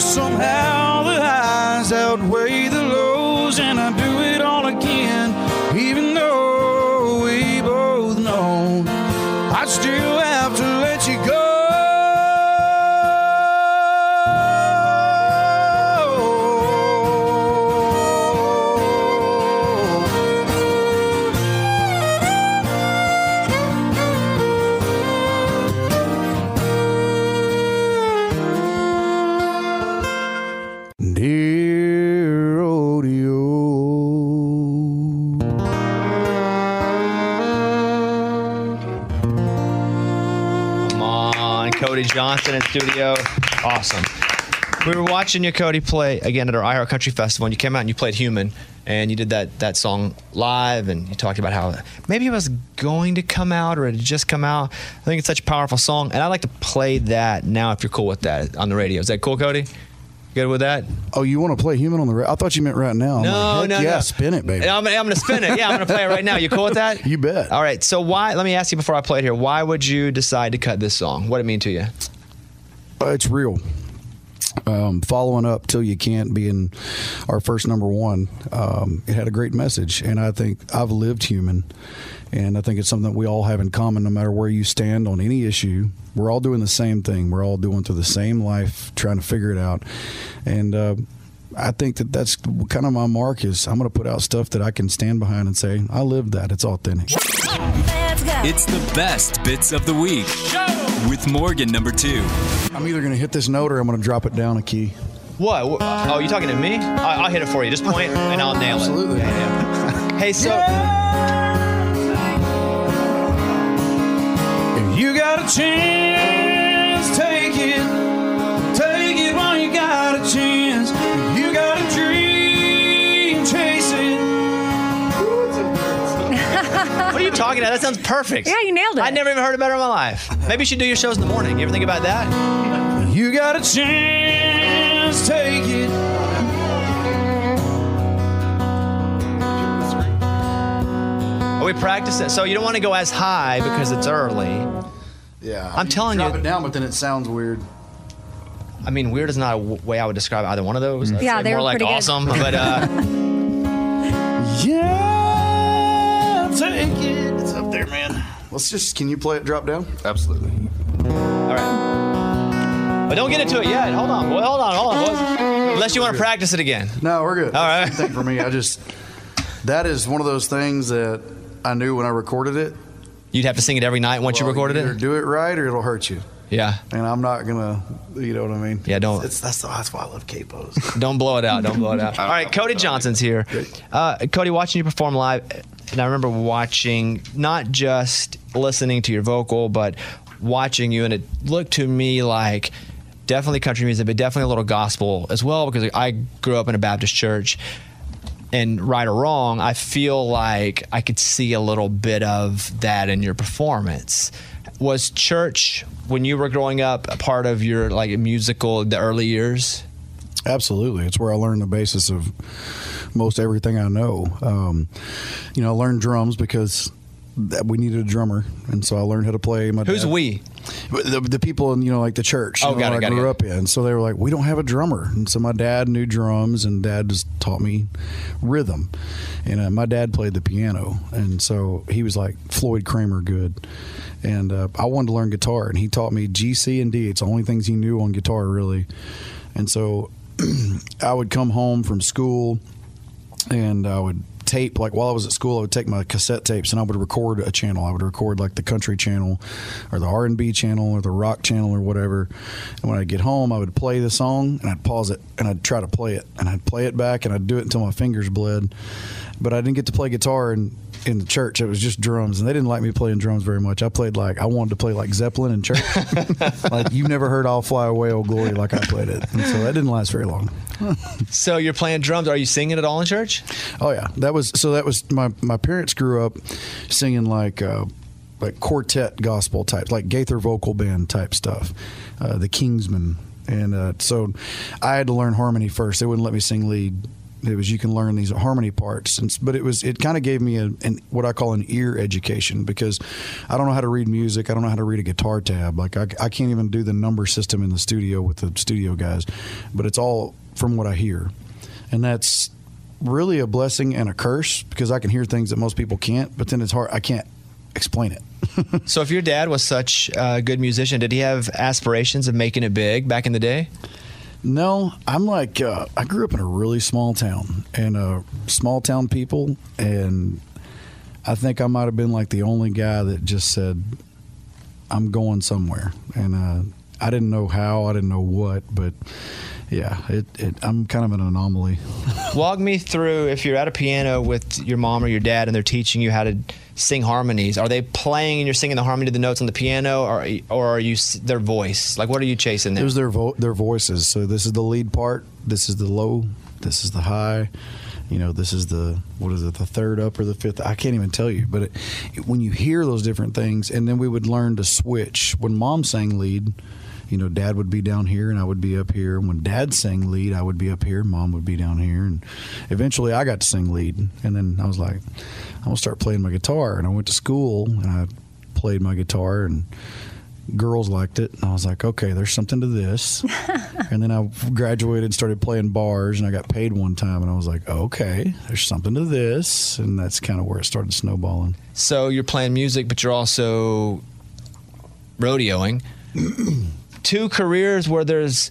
Q: Somehow the highs outweigh the lows, and I do it all again, even though we both know I still have to let you go. Dear rodeo.
C: Come on, Cody Johnson in studio. Awesome. We were watching you, Cody, play again at our iHeart Country Festival, and you came out and you played Human, and you did that, that song live, and you talked about how maybe it was going to come out or it had just come out. I think it's such a powerful song, and I'd like to play that now if you're cool with that on the radio. Is that cool, Cody? Good with that?
J: Oh, you want to play human on the? Ra- I thought you meant right now. I'm
C: No,
J: like, heck
C: no,
J: yeah,
C: no.
J: spin it, baby.
C: And I'm, gonna- I'm going to spin it. Yeah, I'm going to play it right now. You cool with that?
J: You bet.
C: All right. So why? Let me ask you before I play it here. Why would you decide to cut this song? What did it mean to you?
J: Uh, it's real. Um, following up till you can't being our first number one, um, it had a great message, and I think I've lived human, and I think it's something that we all have in common, no matter where you stand on any issue. We're all doing the same thing. We're all doing through the same life, trying to figure it out, and. Uh, I think that that's kind of my mark is I'm going to put out stuff that I can stand behind and say I lived that. It's authentic.
A: It's the best bits of the week with Morgan number two.
J: I'm either going to hit this note or I'm going to drop it down a key.
C: What? Wh- Oh, you talking to me? I- I'll hit it for you. Just point and I'll nail it. Absolutely. Hey, so
Q: If you got a chance, take it. Take it while you got a chance. If you got a dream, chase it.
C: what are you talking about? That sounds perfect. Yeah, you nailed it. I never even heard it better in my life. Maybe you should do your shows in the morning. You ever think about that?
Q: You got a chance, take it.
C: We practice it. So you don't want to go as high because it's early.
J: Yeah.
C: I'm telling you.
J: Drop it down, but then it sounds weird.
C: I mean, weird is not a w- way I would describe either one of those. I'd
I: Yeah,
C: say
I: they
C: more
I: were
C: like
I: pretty good.
C: awesome, but uh,
J: Yeah, take it. It's up there, man. Let's just. Can you play it drop down?
G: Absolutely.
C: all right. But don't get into it yet. Hold on, boy. Hold on, hold on, boys. Unless you want to practice it again.
J: No, we're good.
C: All right.
J: Thing for me, I just that is one of those things that I knew when I recorded it.
C: You'd have to sing it every night once you recorded it?
J: Either do it right, or it'll hurt you.
C: Yeah.
J: And I'm not gonna. You know what I mean?
C: Yeah. Don't.
J: It's, that's that's why I love capos.
C: Don't blow it out. Don't blow it out. All right, Cody Johnson's here. Uh, Cody, watching you perform live, and I remember watching not just listening to your vocal, but watching you, and it looked to me like definitely country music, but definitely a little gospel as well, because I grew up in a Baptist church. And right or wrong, I feel like I could see a little bit of that in your performance. Was church when you were growing up a part of your like musical the early years?
J: Absolutely. It's where I learned the basis of most everything I know. Um, you know, I learned drums because that we needed a drummer, and so I learned how to play. My
C: Who's
J: dad-
C: we?
J: The, the people in you know like the church. you
C: Oh,
J: know,
C: got it,
J: where
C: got
J: I
C: it,
J: grew
C: got it.
J: up in. So they were like, we don't have a drummer, and so my dad knew drums, and dad just taught me rhythm. And uh, my dad played the piano, and so he was like Floyd Kramer good. And uh, I wanted to learn guitar, and he taught me G, C, and D. It's the only things he knew on guitar really. And so I would come home from school and I would tape like while I was at school I would take my cassette tapes and I would record a channel I would record like the country channel or the R&B channel or the rock channel or whatever and when I'd get home I would play the song and I'd pause it and I'd try to play it and I'd play it back and I'd do it until my fingers bled but I didn't get to play guitar in in the church it was just drums and they didn't like me playing drums very much I played like I wanted to play like Zeppelin in church like you've never heard I'll Fly Away Old Glory like I played it and so that didn't last very long
C: So you're playing drums. Are you singing at all in church?
J: Oh yeah, that was so. That was my my parents grew up singing like uh, like quartet gospel type, like Gaither vocal band type stuff, uh, the Kingsmen, and uh, so I had to learn harmony first. They wouldn't let me sing lead. It was you can learn these harmony parts, and, s- but it was it kind of gave me a, an what I call an ear education because I don't know how to read music. I don't know how to read a guitar tab. Like I, I can't even do the number system in the studio with the studio guys, but it's all from what I hear, and that's really a blessing and a curse because I can hear things that most people can't, but then it's hard. I can't explain it.
C: so if your dad was such a good musician, did he have aspirations of making it big back in the day?
J: No, I'm like, uh, I grew up in a really small town and uh, small town people. And I think I might have been like the only guy that just said, I'm going somewhere. And uh, I didn't know how, I didn't know what, but yeah, it, it, I'm kind of an anomaly.
C: Walk me through if you're at a piano with your mom or your dad and they're teaching you how to sing harmonies. Are they playing and you're singing the harmony to the notes on the piano, or or are you s- their voice? Like what are you chasing
J: It
C: there?
J: was their vo- their voices. So this is the lead part. This is the low. This is the high. You know, this is the what is it? The third up or the fifth? I can't even tell you. But it, it- when you hear those different things, and then we would learn to switch. When mom sang lead, you know, dad would be down here and I would be up here. And when dad sang lead, I would be up here. Mom would be down here. And eventually, I got to sing lead. And then I was like, I'm gonna start playing my guitar. And I went to school and I played my guitar and girls liked it and i was like okay there's something to this and then i graduated and started playing bars and i got paid one time and i was like okay there's something to this and that's kind of where it started snowballing
C: So you're playing music, but you're also rodeoing. Two careers where there's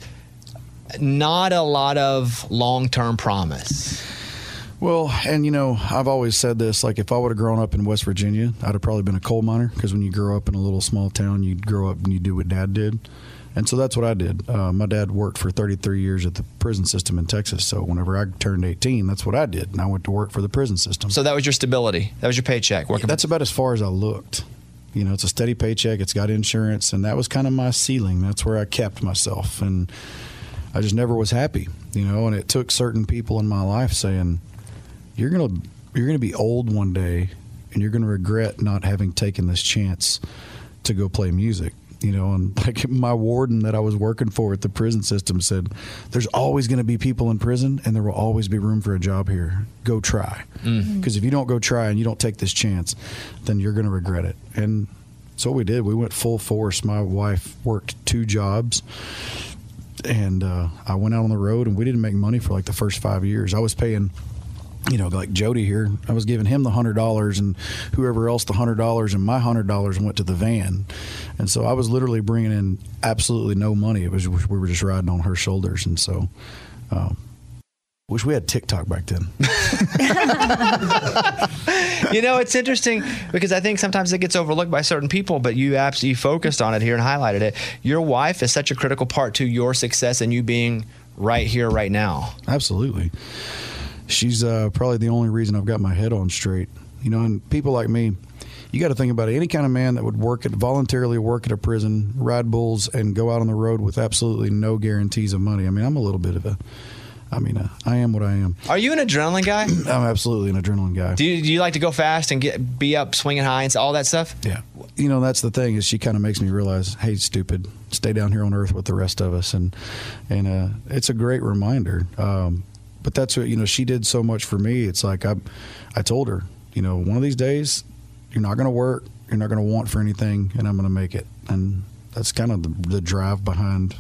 C: not a lot of long term promise.
J: well and you know i've always said this like if i would have grown up in west virginia i'd have probably been a coal miner because when you grow up in a little small town you grow up and you do what dad did and so that's what i did uh, my dad worked for 33 years at the prison system in texas so whenever i turned 18 that's what i did and i went to work for the prison system
C: So that was your stability. That was your paycheck. Working.
J: That's about as far as I looked. You know, it's a steady paycheck. It's got insurance, and that was kind of my ceiling. That's where I kept myself, and I just never was happy. You know, and it took certain people in my life saying, "You're gonna, you're gonna be old one day, and you're gonna regret not having taken this chance to go play music." you know, and like my warden that I was working for at the prison system said, "There's always going to be people in prison, and there will always be room for a job here. Go try, because
F: Mm.
J: if you don't go try and you don't take this chance, then you're going to regret it." And so we did. We went full force. My wife worked two jobs, and uh, I went out on the road, and we didn't make money for like the first five years. I was paying you know, like Jody here, I was giving him the hundred dollars and whoever else the hundred dollars, and my hundred dollars went to the van, and so I was literally bringing in absolutely no money. It was we were just riding on her shoulders, and so um, wish we had TikTok back then.
C: you know, it's interesting because I think sometimes it gets overlooked by certain people, but you absolutely focused on it here and highlighted it. Your wife is such a critical part to your success and you being right here, right now.
J: Absolutely. She's uh, probably the only reason I've got my head on straight. You know, and people like me, you got to think about it. Any kind of man that would work at voluntarily work at a prison, ride bulls, and go out on the road with absolutely no guarantees of money. I mean, I'm a little bit of a, I mean, uh, I am what I am.
C: Are you an adrenaline guy?
J: I'm absolutely an adrenaline guy.
C: Do you, do you like to go fast and get be up swinging high and s- all that stuff?
J: Yeah. You know, that's the thing is she kind of makes me realize, hey, stupid, stay down here on earth with the rest of us, and and uh, it's a great reminder. Um, but that's what you know. She did so much for me. It's like I, I told her, you know, one of these days, you're not going to work, you're not going to want for anything, and I'm going to make it. And that's kind of the, the drive behind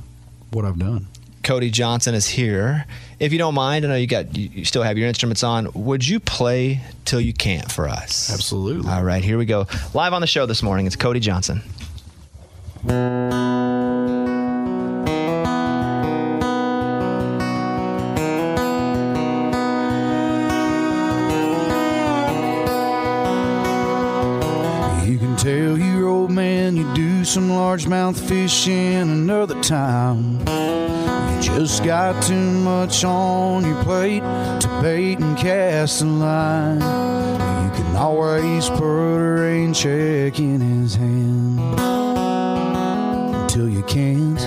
J: what I've done.
C: Cody Johnson is here. If you don't mind, I know you got you you still have your instruments on. Would you play till you can't for us?
J: Absolutely.
C: All right, here we go. Live on the show this morning. It's Cody Johnson.
Q: You can tell your old man you do some largemouth fishing another time. You just got too much on your plate to bait and cast a line. You can always put a rain check in his hand until you can't.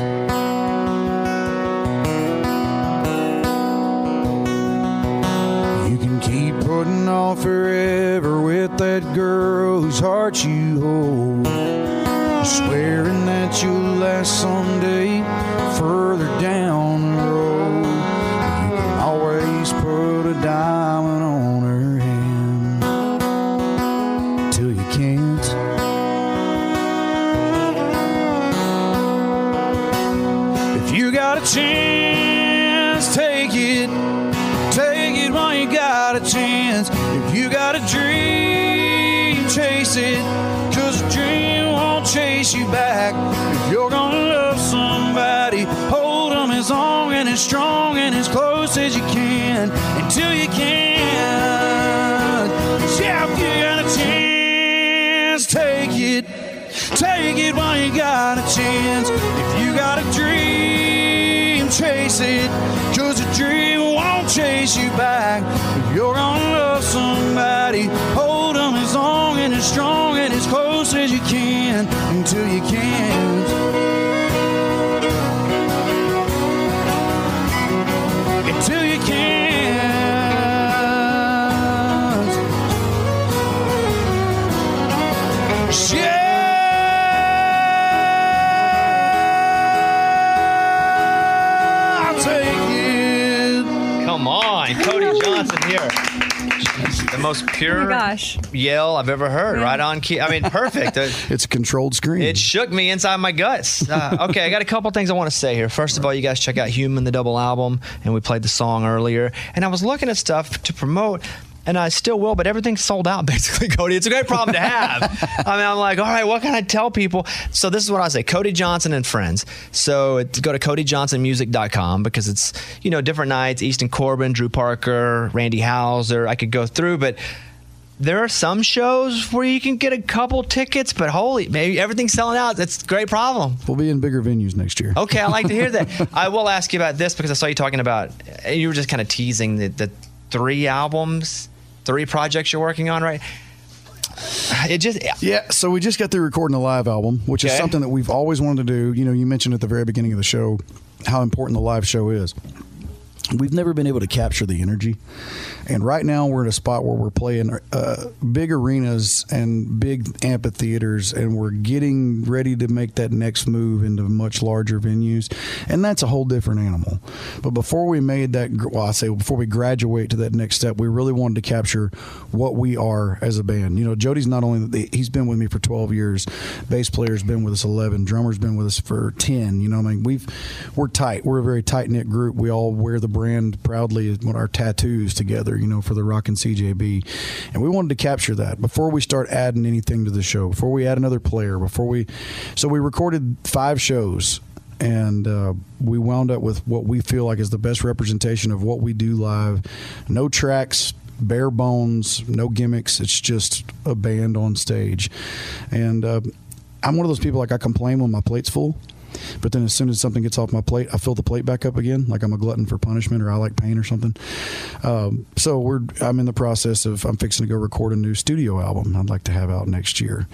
Q: You can keep putting off forever with that girl whose heart you hold. Swearing that you'll last someday further down the road. You can always put a diamond on her hand till you can't. If you got a chance, take it. Take it while you got a chance. If you got a dream, chase it. Cause a dream won't chase you back. If you're gonna love somebody, hold 'em as long and as strong and as close as you can until you can. Yeah, if you got a chance, take it. Take it while you got a chance. If you got a dream, chase it. Cause a dream won't chase you back. If you're gonna love somebody, hold 'em as long and as strong and as close as you can until you can't. Until you can't. Yeah. I'll take it.
C: Come on, Cody Johnson here. The most pure
N: gosh.
C: yell I've ever heard. Right on key. I mean, perfect. Uh,
J: It's a controlled screen.
C: It shook me inside my guts. Uh, okay, I got a couple things I want to say here. First of all, you guys check out Human, the double album, and we played the song earlier. And I was looking at stuff to promote. And I still will, but everything's sold out basically, Cody. It's a great problem to have. I mean, I'm like, all right, what can I tell people? So this is what I say Cody Johnson and friends. So it's, go to CodyJohnsonMusic.com because it's, you know, different nights Easton Corbin, Drew Parker, Randy Hauser. I could go through, but there are some shows where you can get a couple tickets, but holy, maybe everything's selling out. That's a great problem.
J: We'll be in bigger venues next year.
C: Okay, I like to hear that. I will ask you about this because I saw you talking about, and you were just kind of teasing the, the three albums, three projects you're working on, right? It just,
J: Yeah, so we just got through recording a live album, which is
C: Okay.
J: something that we've always wanted to do. You know, you mentioned at the very beginning of the show how important the live show is. we've never been able to capture the energy. And right now, we're in a spot where we're playing uh, big arenas and big amphitheaters, and we're getting ready to make that next move into much larger venues. And that's a whole different animal. But before we made that, well, I say before we graduate to that next step, we really wanted to capture what we are as a band. You know, Jody's not only, he's been with me for 12 years, bass player's been with us 11, drummer's been with us for 10. You know, what I mean, we've, we're tight. We're a very tight knit group. We all wear the brand proudly is when our tattoos together, you know, for the Rock and CJB. And we wanted to capture that before we start adding anything to the show, before we add another player, before we. So we recorded five shows and uh, we wound up with what we feel like is the best representation of what we do live. No tracks, bare bones, no gimmicks. It's just a band on stage. And uh, I'm one of those people, like, I complain when my plate's full. But then as soon as something gets off my plate, I fill the plate back up again, like I'm a glutton for punishment or I like pain or something. Um, so we're I'm in the process of I'm fixing to go record a new studio album I'd like to have out next year,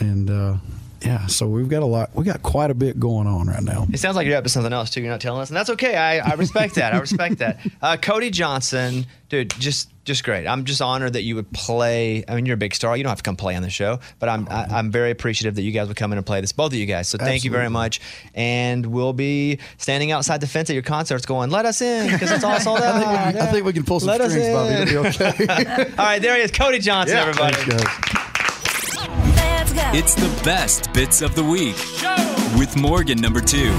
J: and. Uh, yeah, so we've got a lot. We got quite a bit going on right now.
C: It sounds like you're up to something else too. You're not telling us, and that's okay. I, I respect that. I respect that. Uh, Cody Johnson, dude, just just great. I'm just honored that you would play. I mean, you're a big star. You don't have to come play on the show, but I'm I, I'm very appreciative that you guys would come in and play this. Both of you guys. So thank you very
J: Absolutely.
C: much. And we'll be standing outside the fence at your concerts, going, "Let us in," because it's all sold out.
J: I, think, I think we can pull some
C: Let us
J: strings, Bobby.
C: in.
J: It'll be okay.
C: all right, there he is, Cody Johnson, everybody.
J: Thanks, guys.
A: It's the best bits of the week with Morgan number two.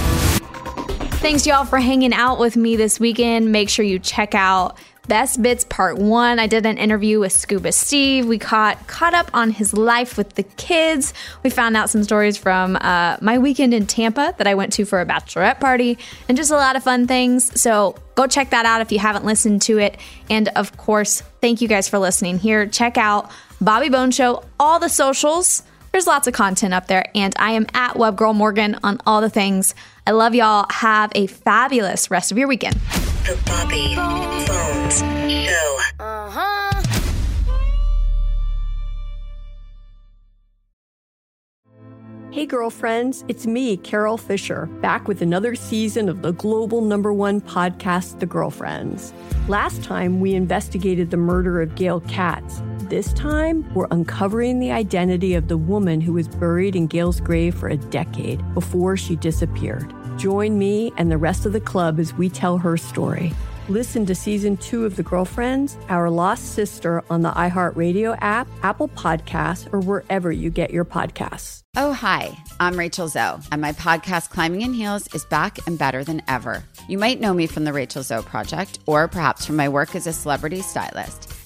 B: Thanks, y'all, for hanging out with me this weekend. Make sure you check out Best Bits Part One. I did an interview with Scuba Steve. We caught caught up on his life with the kids. We found out some stories from uh, my weekend in Tampa that I went to for a bachelorette party, and just a lot of fun things. So go check that out if you haven't listened to it. And of course, thank you guys for listening here. Check out Bobby Bone Show, all the socials. There's lots of content up there, and I am at WebGirl Morgan on all the things. I love y'all. Have a fabulous rest of your weekend.
F: The Bobby Bones Show. Uh huh.
K: Hey, girlfriends, it's me, Carol Fisher, back with another season of the global number one podcast, The Girlfriends. Last time, we investigated the murder of Gail Katz. This time, we're uncovering the identity of the woman who was buried in Gail's grave for a decade before she disappeared. Join me and the rest of the club as we tell her story. Listen to season two of The Girlfriends, Our Lost Sister on the iHeartRadio app, Apple Podcasts, or wherever you get your podcasts.
H: Oh, hi. I'm Rachel Zoe, and my podcast, Climbing in Heels, is back and better than ever. You might know me from the Rachel Zoe Project, or perhaps from my work as a celebrity stylist.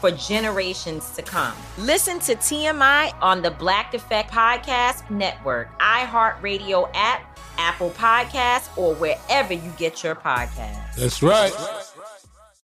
O: for generations to come. Listen to TMI on the Black Effect Podcast Network, iHeartRadio app, Apple Podcasts, or wherever you get your podcasts.
M: That's right.